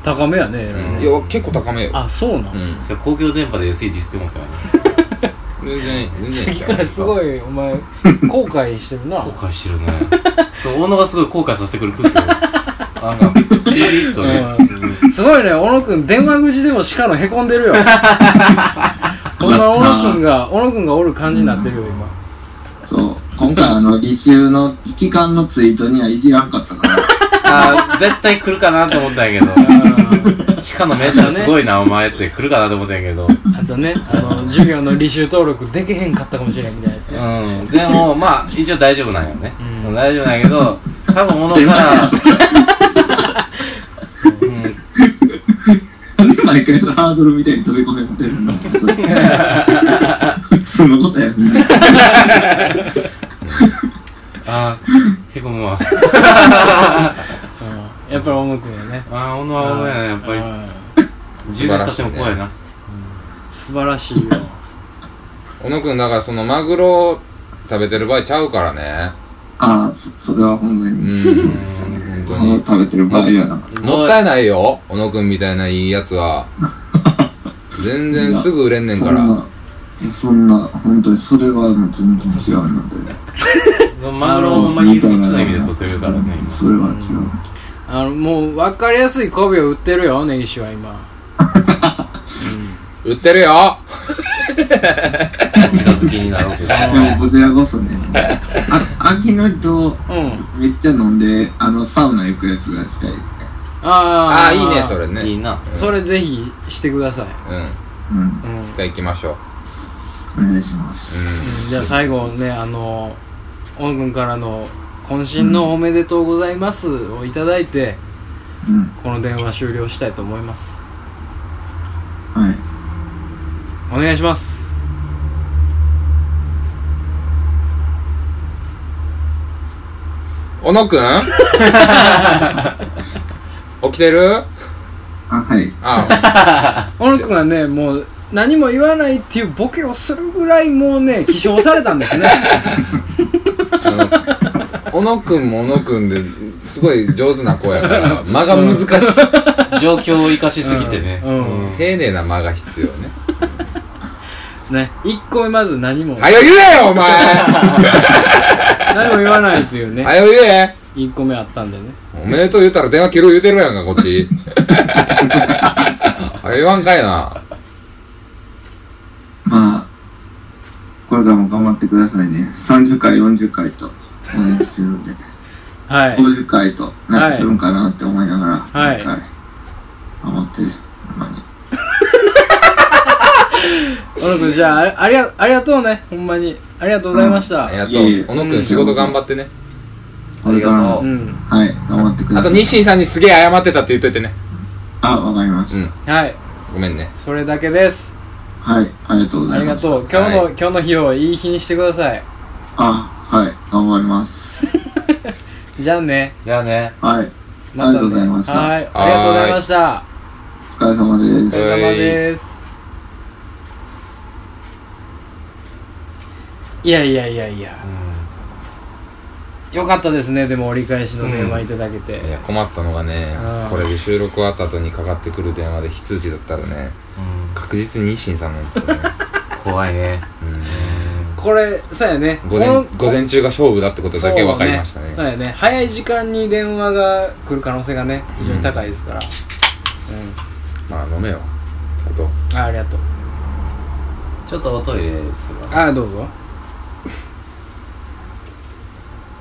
Speaker 1: 高めやねえら
Speaker 2: うん
Speaker 1: い
Speaker 2: い
Speaker 1: ね
Speaker 2: や結構高めよ
Speaker 1: あそうな
Speaker 2: うんん
Speaker 3: じゃあ公共電波で SE ディスってもったよね
Speaker 2: 全然全然いい
Speaker 1: いやすご
Speaker 2: い
Speaker 1: いお 前後悔してるな
Speaker 3: 後悔してるねそう大野がすごい後悔させてくる空気をあなんかピリッとね
Speaker 1: すごいね、小野くん、電話口でも鹿のへこんでるよ。 ほんま小野くんが、小野くんがおる感じになってるよ、今。
Speaker 4: そう今回あの履修の危機感のツイートにはいじらんかったから
Speaker 3: あー絶対来るかなと思ったんやけど鹿のメンタルすごいなお前って来るかなと思ったんやけど
Speaker 1: あとね、あの、授業の履修登録できへんかったかもしれんみたいなやつね。
Speaker 3: うんでもまあ一応大丈夫なんよね、
Speaker 1: うん
Speaker 3: 大丈夫なんやけど多分 物から、うん、
Speaker 4: なんで毎回そのハードルみたいに飛び込めてるのそのことやね
Speaker 3: あーへこむわ
Speaker 1: うんやっぱり小野くんやね。
Speaker 3: あー小野は小野やねやっぱり
Speaker 1: り。
Speaker 3: 10年経っても怖いな
Speaker 1: 素晴らしいよ。
Speaker 2: 小野くんだからそのマグロ食べてる場合ちゃうからね
Speaker 4: ああそそれはほんま
Speaker 2: う
Speaker 4: に、
Speaker 2: ん本当に
Speaker 4: 食べてる場合やな
Speaker 2: もったいないよ小野くんみたいないいやつは全然すぐ売れんねん
Speaker 4: そ
Speaker 2: か
Speaker 4: ん
Speaker 2: ら
Speaker 4: なそんな本当にそれはもう全然違うので
Speaker 3: マグロをほんまにそっちの意味で取ってるからね今
Speaker 4: それは違
Speaker 1: あの、もう、わかりやすい媚びを売ってるよ、根岸は今。
Speaker 2: 売ってるよ
Speaker 3: 近づきになろうとして
Speaker 4: うでもこちらこそねあ秋の人
Speaker 1: うん。
Speaker 4: めっちゃ飲んであのサウナ行くやつがしたいですね
Speaker 1: あ
Speaker 2: あ
Speaker 1: ー
Speaker 2: あいいねそれね
Speaker 3: いいな
Speaker 1: それぜひしてください。
Speaker 2: うん
Speaker 4: うん
Speaker 1: うん
Speaker 2: 一。回行きましょう
Speaker 4: お願いします
Speaker 2: うん
Speaker 1: じゃあ最後ねあの小野くんからの「渾身のおめでとうございます」をいただいて
Speaker 4: うん
Speaker 1: この電話終了したいと思います
Speaker 4: はい
Speaker 1: お願いします
Speaker 4: お
Speaker 2: 小野くん起きてる
Speaker 4: あ、はい。
Speaker 2: あ
Speaker 1: 小野くんはねもう何も言わないっていうボケをするぐらいもうね起床されたんですね
Speaker 2: あ小野くんも小野くんですごい上手な子やから間が難しい
Speaker 3: 状況を生かしすぎてね。
Speaker 1: うん
Speaker 3: うん
Speaker 2: 丁寧な間が必要ね
Speaker 1: ね一個まず何も、
Speaker 2: はよ言えよお前
Speaker 1: 何も言わないというね
Speaker 2: はよ言え
Speaker 1: 一個目あったんでね
Speaker 2: おめでとう言うたら電話切る言うてるやんかこっち はよ言わんかいな
Speaker 4: まあ、これからも頑張ってくださいね。30回、40回と応援してるんで、
Speaker 1: はい
Speaker 4: 50回と何かするんかなって思いながら、
Speaker 1: はい
Speaker 4: 毎回頑張って、ほんまに。
Speaker 1: 小野くんじゃああれありがありがとうねほんまにありがとうございました、
Speaker 2: あり
Speaker 4: い
Speaker 2: がと
Speaker 4: えいうえ
Speaker 2: 小野くん仕事頑張ってね
Speaker 4: これから
Speaker 3: あ
Speaker 4: も
Speaker 1: う、ん
Speaker 4: はい、頑張ってく
Speaker 2: あ
Speaker 4: だ
Speaker 2: と
Speaker 4: さい。
Speaker 2: 西井さんにすげえ謝ってたって言っといてね
Speaker 4: あ、わかりまし
Speaker 2: うん
Speaker 1: はい
Speaker 2: ごめんね
Speaker 1: それだけです
Speaker 4: た。はい、ありがとうござ
Speaker 1: あ
Speaker 4: い
Speaker 1: りが
Speaker 4: ます。
Speaker 1: とう今日の、
Speaker 2: は
Speaker 1: 今日の日をいい日にしてください
Speaker 4: あ、はい、頑張ります。
Speaker 1: じゃあね
Speaker 3: いやね。
Speaker 4: はい、
Speaker 1: また
Speaker 4: ありがとうございま
Speaker 1: ね
Speaker 4: した
Speaker 1: はいありがとうございました
Speaker 4: お疲れ様です
Speaker 1: お疲。れ様ですいやいやいやいやよかったですねでも折り返しの電話いただけて、
Speaker 2: いや困ったのがね
Speaker 1: うん
Speaker 2: これで収録終わった後にかかってくる電話で非通知だったらね
Speaker 3: うん
Speaker 2: 確実に西井さんなんですよね、
Speaker 3: 怖いね。うん
Speaker 1: これそうやね
Speaker 2: うん、
Speaker 1: こ
Speaker 2: 午前
Speaker 1: の
Speaker 2: 午前中が勝負だってことだけ分かりました
Speaker 1: そう
Speaker 2: ね
Speaker 1: だよね早い時間に電話が来る可能性がね非常に高いですから、
Speaker 2: まあ飲めよあと
Speaker 1: うん、あありがとう
Speaker 3: ちょっとおトイレするわ。
Speaker 1: ああどうぞ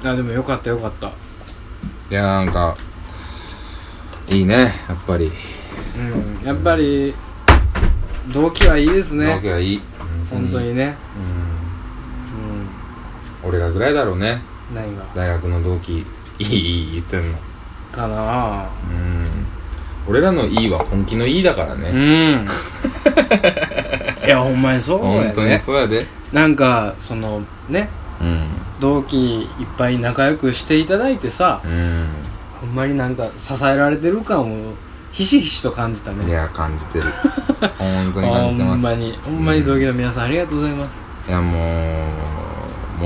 Speaker 1: あでもよかったよかった
Speaker 2: いやなんかいいねやっぱり
Speaker 1: うんやっぱり動機はいいです
Speaker 2: ねわ
Speaker 1: ね
Speaker 2: けはいい
Speaker 1: 本当にね
Speaker 2: うん
Speaker 1: うん
Speaker 2: 俺らぐらいだろうね
Speaker 1: 何が
Speaker 2: 大学の同期いいいい言ってんの
Speaker 1: かなあ
Speaker 2: うん俺らのいいは本気のいいだから
Speaker 1: う
Speaker 2: ね
Speaker 1: んいやほんまにそうや
Speaker 2: 本当に
Speaker 1: ね
Speaker 2: そうやで
Speaker 1: なんかそのね
Speaker 2: うん
Speaker 1: 同期いっぱい仲良くしていただいてさ
Speaker 2: う
Speaker 1: ほんまになんか支えられてる感をひしひしと感じた
Speaker 2: んい
Speaker 1: ね
Speaker 2: や感じて る本当に感
Speaker 1: ほ
Speaker 2: じてま
Speaker 1: ん
Speaker 2: す
Speaker 1: まにほんまに同期の皆さんありがとうございます
Speaker 2: いやも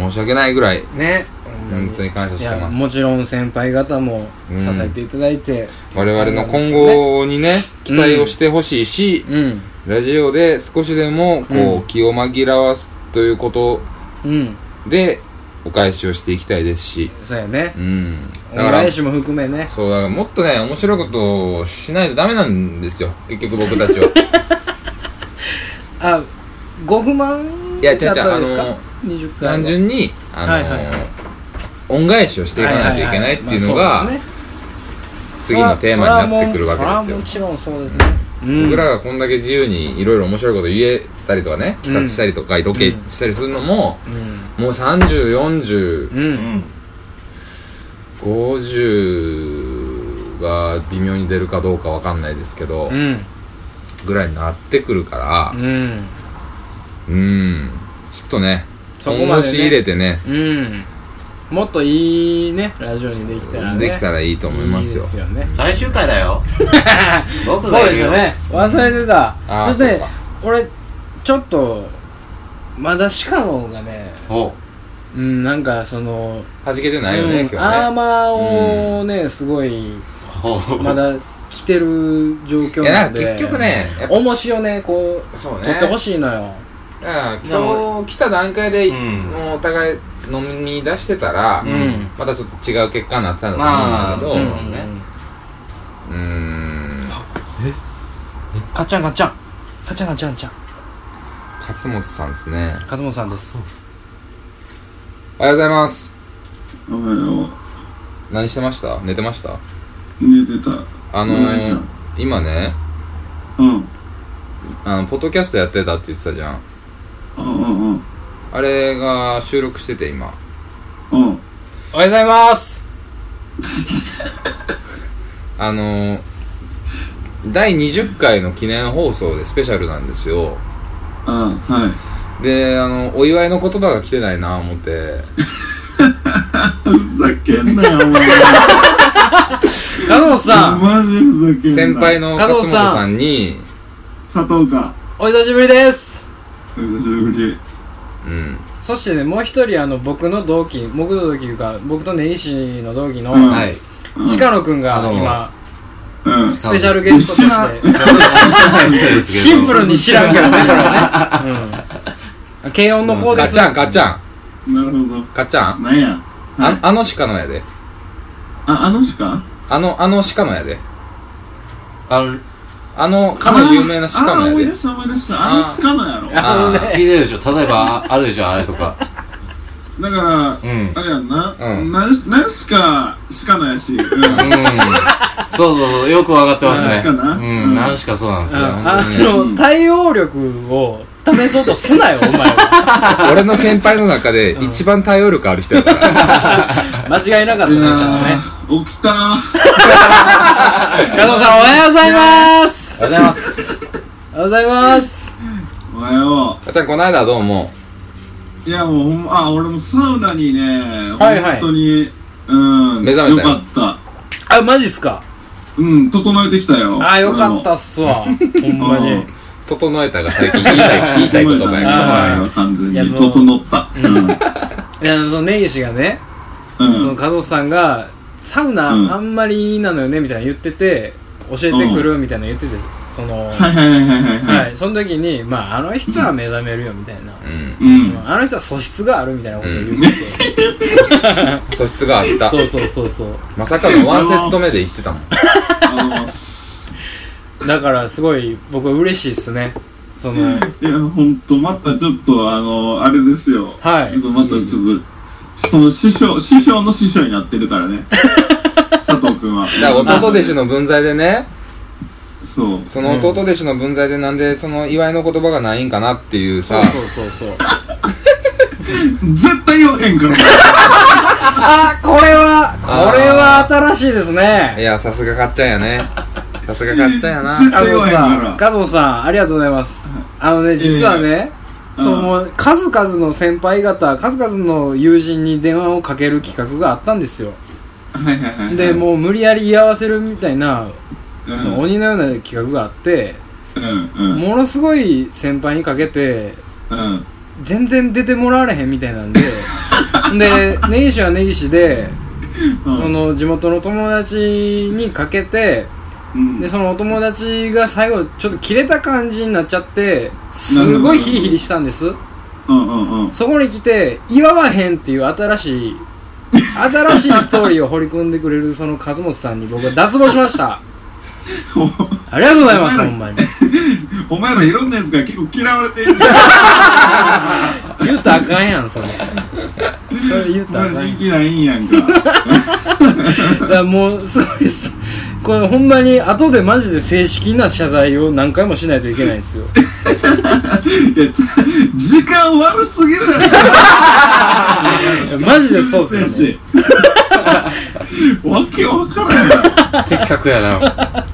Speaker 2: う申し訳ないぐらい
Speaker 1: ね
Speaker 2: 本当に感謝
Speaker 1: い
Speaker 2: して
Speaker 1: や
Speaker 2: ます
Speaker 1: もちろん先輩方も支えていただいて
Speaker 2: 我々の今後にね期
Speaker 1: ん
Speaker 2: 待をしてほしいし、
Speaker 1: うん
Speaker 2: ラジオで少しでもこ
Speaker 1: うん
Speaker 2: う気を紛らわすということ
Speaker 1: うん
Speaker 2: でお返しをしていきたいですし
Speaker 1: そうやね
Speaker 2: うん
Speaker 1: お
Speaker 2: だから
Speaker 1: 返しも含めね
Speaker 2: そうだからもっとね面白いことをしないとダメなんですよ結局僕たちは
Speaker 1: あご不満
Speaker 2: いや違う違う
Speaker 1: だったんですか
Speaker 2: あの
Speaker 1: 20回は
Speaker 2: 単純にあの、
Speaker 1: はいはいはい
Speaker 2: 恩返しをしていかないといけないっていうの
Speaker 1: はは
Speaker 2: が
Speaker 1: いまあそうですね
Speaker 2: 次のテーマになってくるわけです
Speaker 1: そ
Speaker 2: よ
Speaker 1: れはもうそれはもちろんそうですねうん
Speaker 2: 僕らがこんだけ自由にいろいろ面白いこと言えたりとかね企画したりとかロケしたりするのも
Speaker 1: うん
Speaker 2: もう3040
Speaker 1: う
Speaker 3: うんん。
Speaker 2: 50が微妙に出るかどうかわかんないですけど
Speaker 1: うん
Speaker 2: ぐらいになってくるか
Speaker 1: う
Speaker 2: ら
Speaker 1: ん
Speaker 2: うんちょっとね
Speaker 1: そこ
Speaker 2: 本
Speaker 1: までね
Speaker 2: 腰入れてね
Speaker 1: うんもっといいねラジオにできたらね
Speaker 2: できたらいいと思いますよ
Speaker 1: ですよね
Speaker 3: 最終回だ よ。僕
Speaker 1: そ
Speaker 3: が
Speaker 1: う
Speaker 3: い
Speaker 1: です
Speaker 3: る
Speaker 1: よ
Speaker 3: よ。
Speaker 1: ね忘れてた
Speaker 2: あー
Speaker 1: そして
Speaker 2: そうか
Speaker 1: 俺ちょっとまだ鹿のがね
Speaker 3: お
Speaker 1: うんなんかその
Speaker 2: はじけてないよね
Speaker 1: うん
Speaker 2: 今日ね
Speaker 1: アーマーをねすごい
Speaker 3: ほう。
Speaker 1: まだ着てる状況
Speaker 2: いや
Speaker 1: な
Speaker 2: なん
Speaker 1: の
Speaker 2: か
Speaker 1: で
Speaker 2: 結局ねやっぱ
Speaker 1: 重しをねこう
Speaker 2: そうね
Speaker 1: 取ってほしいのよ
Speaker 2: うん今日来た段階で、
Speaker 3: うん
Speaker 2: もうお互い飲み出してたら、
Speaker 3: うん
Speaker 2: またちょっと違う結果になってたのかなと思うんだ
Speaker 3: まあ
Speaker 2: けど
Speaker 3: ね
Speaker 2: うーん
Speaker 1: かっちゃんかっちゃんかっちゃんかっちゃんかっちゃん
Speaker 2: 勝本さんですね
Speaker 1: 勝本さんです
Speaker 2: おはようございます
Speaker 4: おはよ
Speaker 2: 何してました寝てました
Speaker 4: う。寝てた。
Speaker 2: あのー、今ね
Speaker 4: うん。
Speaker 2: あのポッドキャストやってたって言ってたじゃん
Speaker 4: うんうんうん。
Speaker 2: あれが収録してて今
Speaker 4: うん。
Speaker 1: おはようございます
Speaker 2: あのー、第20回の記念放送でスペシャルなんですよ
Speaker 4: あ、はい。
Speaker 2: であのお祝いの言葉が来てないな思って
Speaker 4: ふざけんなよ、お前。
Speaker 1: 加藤さん
Speaker 4: マジふざけんな。
Speaker 2: 先輩。の勝本さんに
Speaker 4: 佐藤か。
Speaker 1: お久しぶりです
Speaker 4: お久しぶり。
Speaker 2: うん
Speaker 1: そしてねもう一人あの僕の同期僕の同期いうか僕と根岸の同期の
Speaker 4: う ん
Speaker 3: はい。
Speaker 4: うん
Speaker 1: 鹿野くんが
Speaker 3: あの
Speaker 1: 今
Speaker 4: うん。
Speaker 1: スペシャルゲストとしてシンプルに知らんけどねこれはね、うん、軽音の子で
Speaker 2: ガ
Speaker 1: す
Speaker 2: チャンガチャン
Speaker 4: なるほ
Speaker 2: ガチャ
Speaker 4: ど。
Speaker 2: ン
Speaker 4: なんや。
Speaker 2: あ
Speaker 4: あ、
Speaker 2: あの鹿のやで
Speaker 4: ああのしか
Speaker 2: あのあの鹿のやで
Speaker 3: あの、聞
Speaker 2: あのかの有名な鹿
Speaker 4: あーあー、
Speaker 2: の
Speaker 4: 思
Speaker 2: や
Speaker 4: い出
Speaker 2: で
Speaker 4: した思い出した。あの鹿のやろ。だか
Speaker 1: あの
Speaker 2: あ
Speaker 3: い
Speaker 1: ね
Speaker 3: てるでしょ例えば、ああるでしょあれとか。
Speaker 4: ら、
Speaker 3: うん
Speaker 4: あれやんな。
Speaker 2: うん
Speaker 4: ななしか鹿のやし。うん。
Speaker 2: うん
Speaker 3: そうそうそう、よくわかってますね。
Speaker 4: 何しかな
Speaker 3: うん、何しかそうなんですよ。
Speaker 1: うん
Speaker 3: 本
Speaker 1: あ
Speaker 3: 当に。
Speaker 1: の対応力を試そうとすなよお前 は
Speaker 2: 俺の先輩の中で一番対応力ある人 やから
Speaker 1: 間違いなかった
Speaker 4: い
Speaker 1: ね
Speaker 4: や
Speaker 1: ちゃんとね
Speaker 4: ー起きたー。
Speaker 1: 加藤さんおはようございます
Speaker 3: おはようございます。
Speaker 1: おはようございます
Speaker 4: おはよ
Speaker 2: ガチャンこの間どうも
Speaker 4: う。いや、もうほんま、あ、俺もサウナにね、
Speaker 1: はいはい
Speaker 4: 本当に、うん。
Speaker 2: 目覚めたよ
Speaker 4: よかっ
Speaker 1: あマジっすか
Speaker 4: た。うん、整えてきたよ。
Speaker 1: あよかったっすわほんま
Speaker 4: う
Speaker 1: に
Speaker 4: ん
Speaker 2: 整えたが最近言いたい言いた
Speaker 4: 俺
Speaker 2: い
Speaker 4: も。
Speaker 2: 言葉やから
Speaker 4: そうよ完
Speaker 1: いや
Speaker 4: 全
Speaker 1: も
Speaker 4: に
Speaker 1: う
Speaker 4: 整った。
Speaker 1: いやその根岸がね
Speaker 4: うん。
Speaker 1: そ
Speaker 4: う
Speaker 1: の
Speaker 4: ん。
Speaker 1: 加藤さんがサウナ
Speaker 4: うん
Speaker 1: あんまりなのよねみたいな言ってて教えてくるみたいな言っててその
Speaker 4: はいはいはいはいはい。、
Speaker 1: はいいその時にまああの人は目覚めるよみたいな
Speaker 2: うん
Speaker 4: うん。
Speaker 1: あの人は素質があるみたいなこと言ってて
Speaker 2: 素質があっ た
Speaker 1: そうそうそうそう
Speaker 2: まさかのワンセット目で言って たもん
Speaker 4: あ
Speaker 1: だからすごい僕は嬉しいっすねそ
Speaker 4: の、
Speaker 1: の
Speaker 4: いや、ほんと、またちょっと、あの、あれですよ。
Speaker 1: はい
Speaker 4: ちょっとまたちょっと、その師匠、師匠の師匠になってる からね。佐藤くんは。
Speaker 2: だから弟弟子の分際でね
Speaker 4: そう。
Speaker 2: その弟弟子の分際でなんでその祝いの言葉がないんかなっていう
Speaker 1: そ
Speaker 2: さ
Speaker 1: うそうそうそう
Speaker 4: 絶対言わへんから。
Speaker 1: あこれはこれは新しいです
Speaker 2: い
Speaker 1: ね
Speaker 2: やさすがかっちゃんやねさすがかっちゃんやな
Speaker 1: 加藤さ
Speaker 4: 強いなん
Speaker 1: 加藤さんありがとうございますあのね実はね
Speaker 4: う
Speaker 1: そ
Speaker 4: ん
Speaker 1: の数々の先輩方数々の友人に電話をかける企画があったんですよ
Speaker 4: はいはいはい。
Speaker 1: で、もう無理やり居合わせるみたいな
Speaker 4: うん、
Speaker 1: その鬼のような企画があって
Speaker 4: うんうん。
Speaker 1: ものすごい先輩にかけて
Speaker 4: うん。
Speaker 1: 全然出てもらわれへんみたいなん でで根岸は根岸でそ、の地元の友達にかけて
Speaker 4: うん、
Speaker 1: でそのお友達が最後ちょっと切れた感じになっちゃってすごいヒリヒリしたんです
Speaker 4: うんうんうん。
Speaker 1: そこに来て祝わへんっていう新しい新しいストーリーを掘り込んでくれるその和本さんに僕は脱帽しましたありがとうございますほんまに
Speaker 4: お前らいろんなやつが結構嫌われて いる。
Speaker 1: 言うたらあかんやんそれそれ言う
Speaker 4: お
Speaker 1: たら
Speaker 4: 前
Speaker 1: あからんや
Speaker 4: 人
Speaker 1: ん
Speaker 4: 気ないんやんか。
Speaker 1: だからもうすごいですこれほんまに後でマジで正式な謝罪を何回もしないといけないんですよ
Speaker 4: いやつ時間悪すぎるや
Speaker 1: いやマジでそう
Speaker 4: ろ
Speaker 1: っすよ
Speaker 4: 先
Speaker 1: ね
Speaker 4: 生。わけわからんやん。
Speaker 3: 的確やな。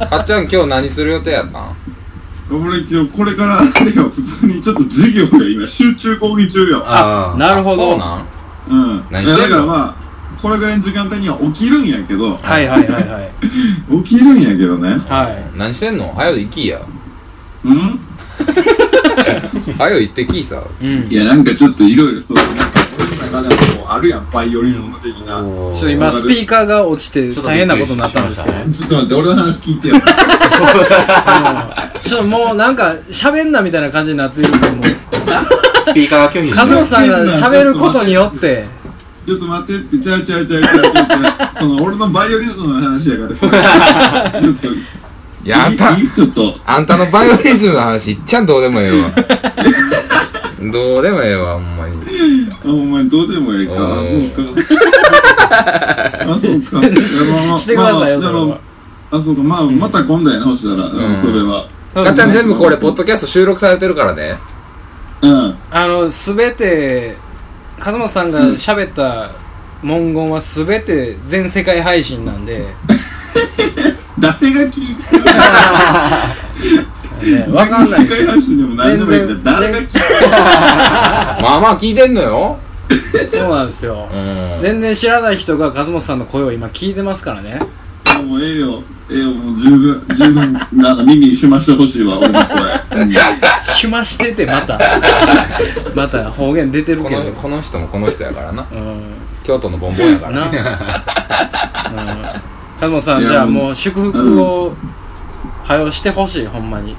Speaker 2: かっちゃん今日何する予定やったん
Speaker 4: 俺今日これからあれよ、普通にちょっと授業が今集中講義中よ。
Speaker 3: ああ。
Speaker 1: なるほ
Speaker 2: あそ
Speaker 1: ど
Speaker 2: うなん
Speaker 4: うん。
Speaker 2: 何してんの
Speaker 4: いやだからまあ、これぐらいの時間帯には起きるんやけど、
Speaker 1: はいはいはいはい
Speaker 4: 起きるんやけどね。
Speaker 1: は
Speaker 2: 何してんのはよ行きや
Speaker 4: うん
Speaker 2: はよ行ってきいさ
Speaker 1: い、うん、
Speaker 4: いや、なんかちょっといろいろそう、なんか俺の中でもあるやん、バイオリンの的な。
Speaker 3: おー
Speaker 1: ちょっと今スピーカーが落ちて大変なことになったんですけど
Speaker 3: ちょっと
Speaker 4: ちょっと待って、俺の話聞いてよ。
Speaker 1: ちょっともうなんか喋んなみたいな感じになってるけども
Speaker 3: スピーカーが拒否
Speaker 1: 加
Speaker 3: して
Speaker 1: 藤
Speaker 3: る。
Speaker 1: さんが喋ることによって
Speaker 4: ちょっと待ってって、ちゃうちゃうちゃうちゃうちゃうちゃう。その俺のバイオリズムの話やから、こ れちょっと。
Speaker 2: いやあんた
Speaker 4: いいちょっと。
Speaker 2: あんたのバイオリズムの話いっちゃんどうでもええわどうでもええわほんまに
Speaker 4: あお前どうでもええか。
Speaker 2: おー
Speaker 4: あ、そうか。あ、そうか。いやまあまあ
Speaker 1: してくださいよ
Speaker 4: まあ
Speaker 1: それは
Speaker 4: まああ、そうか。まあ、また今度やな、ほしたら。うん、
Speaker 2: うん
Speaker 4: それは。
Speaker 2: かっちゃん全部これポッドキャスト収録されてるからね
Speaker 4: うん。
Speaker 1: あの全て和本さんが喋った文言は全て全世界配信なんで、
Speaker 4: 誰が聞いてる
Speaker 1: ね、分かんないです
Speaker 4: 世界
Speaker 1: よ
Speaker 4: 配信でも何でもいい
Speaker 1: 全
Speaker 4: んだ。
Speaker 1: 然
Speaker 4: 誰が聞いてる
Speaker 2: まあまあ聞いてんのよ
Speaker 1: そうなんですよ
Speaker 2: うん
Speaker 1: 全然知らない人が勝本さんの声を今聞いてますから ね
Speaker 4: もうええよ、ええよ、もう十分、十分、なんか耳にしましてほしいわ、俺の声。うん
Speaker 1: しましててまた また方言出てる
Speaker 2: こ
Speaker 1: けど
Speaker 2: のこの人もこの人やからな
Speaker 1: うん
Speaker 2: 京都のボンボンやから
Speaker 1: なうん勝本さん
Speaker 4: いや
Speaker 1: じゃあ
Speaker 4: もう
Speaker 1: もう祝福をはよしてほしいほんまに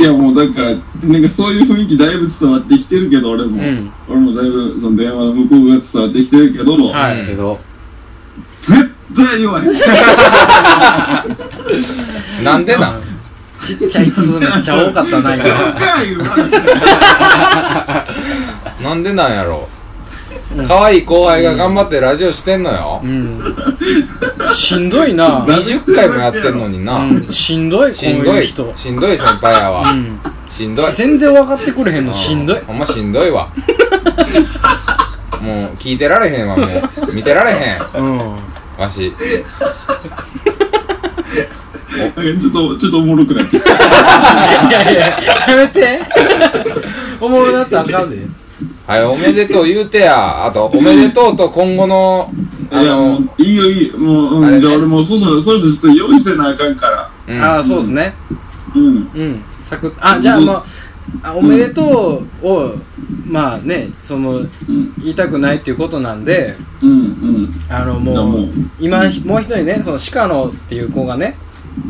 Speaker 4: いや、もうだから、なんかそういう雰囲気だいぶ伝わってきてるけど、俺
Speaker 1: う
Speaker 4: も。
Speaker 1: ん
Speaker 4: 俺もだいぶ、その電話の向こうが伝わってきてるけど、
Speaker 1: はい
Speaker 3: けど、
Speaker 4: 絶対言わへん。
Speaker 2: なんでな
Speaker 1: うんんちっちゃい通めっちゃ多かったな今
Speaker 4: そうかいう話
Speaker 2: なんでなんやろ
Speaker 1: うん
Speaker 2: 可愛い後輩が頑張ってラジオしてんのよ
Speaker 1: うんしんどいな
Speaker 4: だ
Speaker 2: 20回もやってんのにな
Speaker 1: うんしんどいこう
Speaker 2: しんど
Speaker 1: いう
Speaker 2: い
Speaker 1: 人
Speaker 2: しんどい先輩や
Speaker 1: う
Speaker 2: わ
Speaker 1: ん
Speaker 2: しんどい
Speaker 1: 全然分かってくれへんのしんどい
Speaker 2: ほんましんどいわもう聞いてられへんわもう見てられへん
Speaker 1: うん
Speaker 2: わし
Speaker 4: ちょっと、ちょっとおもろくなってきた。
Speaker 1: いやいややめて おもろなったらあかんで
Speaker 2: はいおめでとう言うてやあとおめでとうと今後のあ
Speaker 4: いや、も
Speaker 2: の
Speaker 4: う、いいよ、いいよ。もう、
Speaker 2: あ
Speaker 4: う
Speaker 2: れ
Speaker 4: ん、
Speaker 2: ね
Speaker 4: じゃあ俺もう、そうそう、そうそう、ちょっと用意せなあかんから。
Speaker 2: うん
Speaker 1: ああそうですね
Speaker 4: うん。
Speaker 1: うんサクッあじゃあもうあおめでとうをまあねその
Speaker 4: うん。
Speaker 1: 言いたくないっていうことなんで
Speaker 4: うん。うん。
Speaker 1: あの
Speaker 4: いや
Speaker 1: も
Speaker 4: もう
Speaker 1: う今もう一人ねその鹿野っていう子がね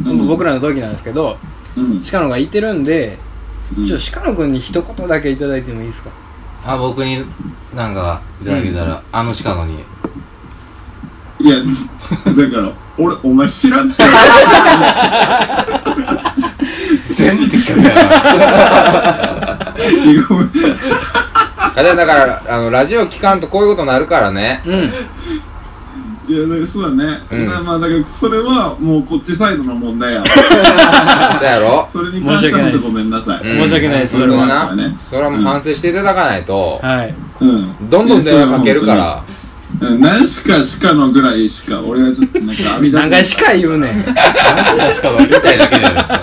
Speaker 4: うん
Speaker 1: 僕らの同期なんですけど
Speaker 4: うん。
Speaker 1: 鹿野がいてるんで
Speaker 4: うん
Speaker 1: ちょっと鹿野くんに一言だけいただいてもいいですか
Speaker 3: あ、僕になんかいただけたら、あの鹿野に、
Speaker 4: いや、だから、俺、お前知らんって。
Speaker 3: 全部的確や
Speaker 4: いやごめん
Speaker 2: ただだからあのラジオ聞かんとこういうことになるからね
Speaker 1: うん
Speaker 4: いや、だからそうだね。
Speaker 2: うん
Speaker 4: だからまあ、だから、それは、もう、こっちサイドの問題や。
Speaker 2: そうやろ
Speaker 4: それに関しては、ごめんなさい。
Speaker 2: うん
Speaker 1: 申し訳ないです
Speaker 2: 本当は
Speaker 4: それはね
Speaker 2: なそれはもう反省していただかないと
Speaker 1: はい
Speaker 4: うん。
Speaker 2: どんどん電話かけるから
Speaker 4: うん。何しかしかのぐらいしか、俺がちょっと、なんか、網
Speaker 1: 何回鹿言うねん
Speaker 3: な。あの鹿野みたいだけじゃないですか。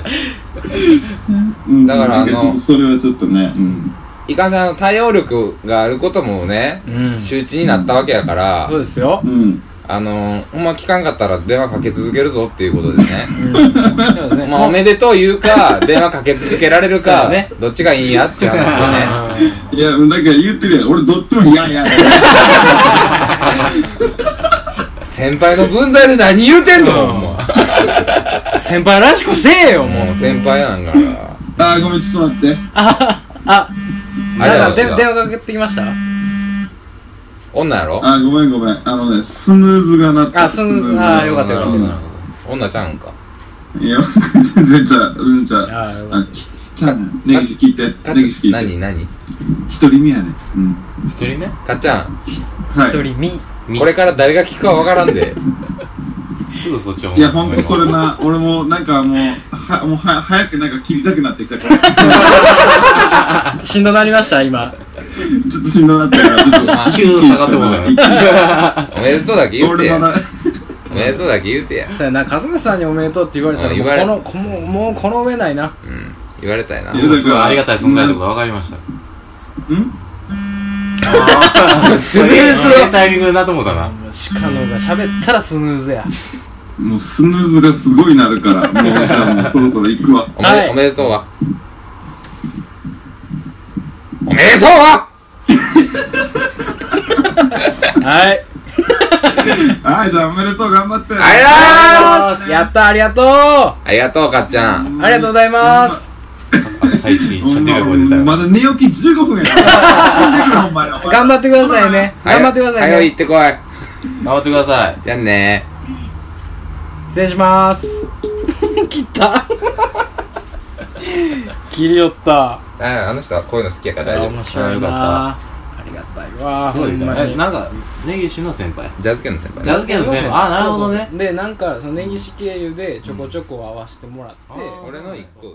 Speaker 4: うん
Speaker 2: だからあの
Speaker 4: なんちょっとそれはちょっとね、うん。
Speaker 2: いかんせんあの対応力があることもね
Speaker 1: うん
Speaker 2: 周知になったわけやから、
Speaker 1: そうですよ
Speaker 4: うん。
Speaker 2: あのー、ほんま聞かんかったら電話かけ続けるぞっていうことでね。
Speaker 1: うんそうですね
Speaker 2: まあ、おめでとう言う か、電話かけ続けられる
Speaker 1: そ
Speaker 2: か、
Speaker 1: うね
Speaker 2: どっちがいいんやっていう話
Speaker 1: うん
Speaker 4: いや、だから言ってるやん。俺、どっちも、いや いや、いや
Speaker 2: でね。先輩の分際で何言うてんのも
Speaker 1: 先輩らしくせえよ
Speaker 2: う、
Speaker 1: もう
Speaker 2: もう先輩なんだから。
Speaker 4: あー、ごめん、ちょっと待って。
Speaker 1: ああ
Speaker 2: あれ
Speaker 1: なんかで
Speaker 2: やろ違う
Speaker 1: 電話かけてきました
Speaker 2: 女やろ
Speaker 4: あー、ごめん、ごめん。あのね、スヌーズが鳴った。
Speaker 1: あスヌーズ
Speaker 4: が
Speaker 1: あーよかったよかった
Speaker 4: うん
Speaker 1: なる
Speaker 2: 女ちゃうんか。
Speaker 4: いや、全然ちゃう、全然ちゃう。
Speaker 1: あ
Speaker 4: あ、きちゃん、ねぎし聞いて、
Speaker 2: かっ
Speaker 4: ねぎし聞いて。
Speaker 2: 何何
Speaker 4: 一人目やね。うん。
Speaker 3: 一人ね
Speaker 2: かっちゃん、
Speaker 4: はい。
Speaker 1: 一人み
Speaker 2: これから誰が聞くかわから んで。
Speaker 3: すぐそっちも。
Speaker 4: いや、ほんとそれな、俺もなんかもう、は、もうは、早くなんか切りたくなってきたから、
Speaker 1: しんどなりました今
Speaker 4: ちょっとしんどなってるから、ちょっと。
Speaker 2: まあ
Speaker 3: 急に下がってもらう。
Speaker 2: おめでとうだけ言うて
Speaker 4: 俺ま
Speaker 2: や。
Speaker 4: だ、
Speaker 2: おめでとうだけ言うてや。
Speaker 1: そうやな勝本さんにおめでとうって言われた
Speaker 2: うん言わ
Speaker 1: ら
Speaker 2: れ
Speaker 1: もうこのもうもうこの上ないな
Speaker 2: うん。言われたいな。
Speaker 4: いや
Speaker 3: すごいありがたい存在だことが分かりました。
Speaker 4: ん
Speaker 2: スヌーズ
Speaker 3: ええタイミングだなと思ったな。
Speaker 1: 鹿野が喋ったらスヌーズや
Speaker 4: もうスヌーズがすごいなるから、もうじゃあもうそろそろ行くわ。
Speaker 2: おめ,、
Speaker 1: はい
Speaker 2: おめでとうはおめでとうは
Speaker 1: はい
Speaker 4: はい、じゃあおめでとう、頑張って。
Speaker 2: ありがとうございます
Speaker 1: やったありがとう
Speaker 2: ありがとうかっちゃん
Speaker 1: ありがとうございます
Speaker 3: 朝一にちゃ
Speaker 4: ほ
Speaker 3: んと声出
Speaker 4: んま
Speaker 3: たよ。
Speaker 4: まだ寝起き15分やから。ほんまに
Speaker 1: 頑張ってくださいね頑張ってくださ
Speaker 2: はいい
Speaker 1: ね
Speaker 2: 行ってこい
Speaker 3: 頑張ってください。
Speaker 2: じゃあね
Speaker 1: 失礼します切った切りよった
Speaker 2: ああの人はこういうの好きやから大丈
Speaker 1: 面白いなありがたいわ
Speaker 3: すごい
Speaker 1: ほん
Speaker 3: な。
Speaker 1: まに
Speaker 3: え、なんか、根岸の先輩。
Speaker 2: 夫ジャズ系の先輩
Speaker 3: ジャズ系の先輩。あ、なるほどね
Speaker 1: そうそう。でなんかその根岸経由でちょこちょこ合わせてもらって、
Speaker 3: うんあー
Speaker 2: 俺の一個上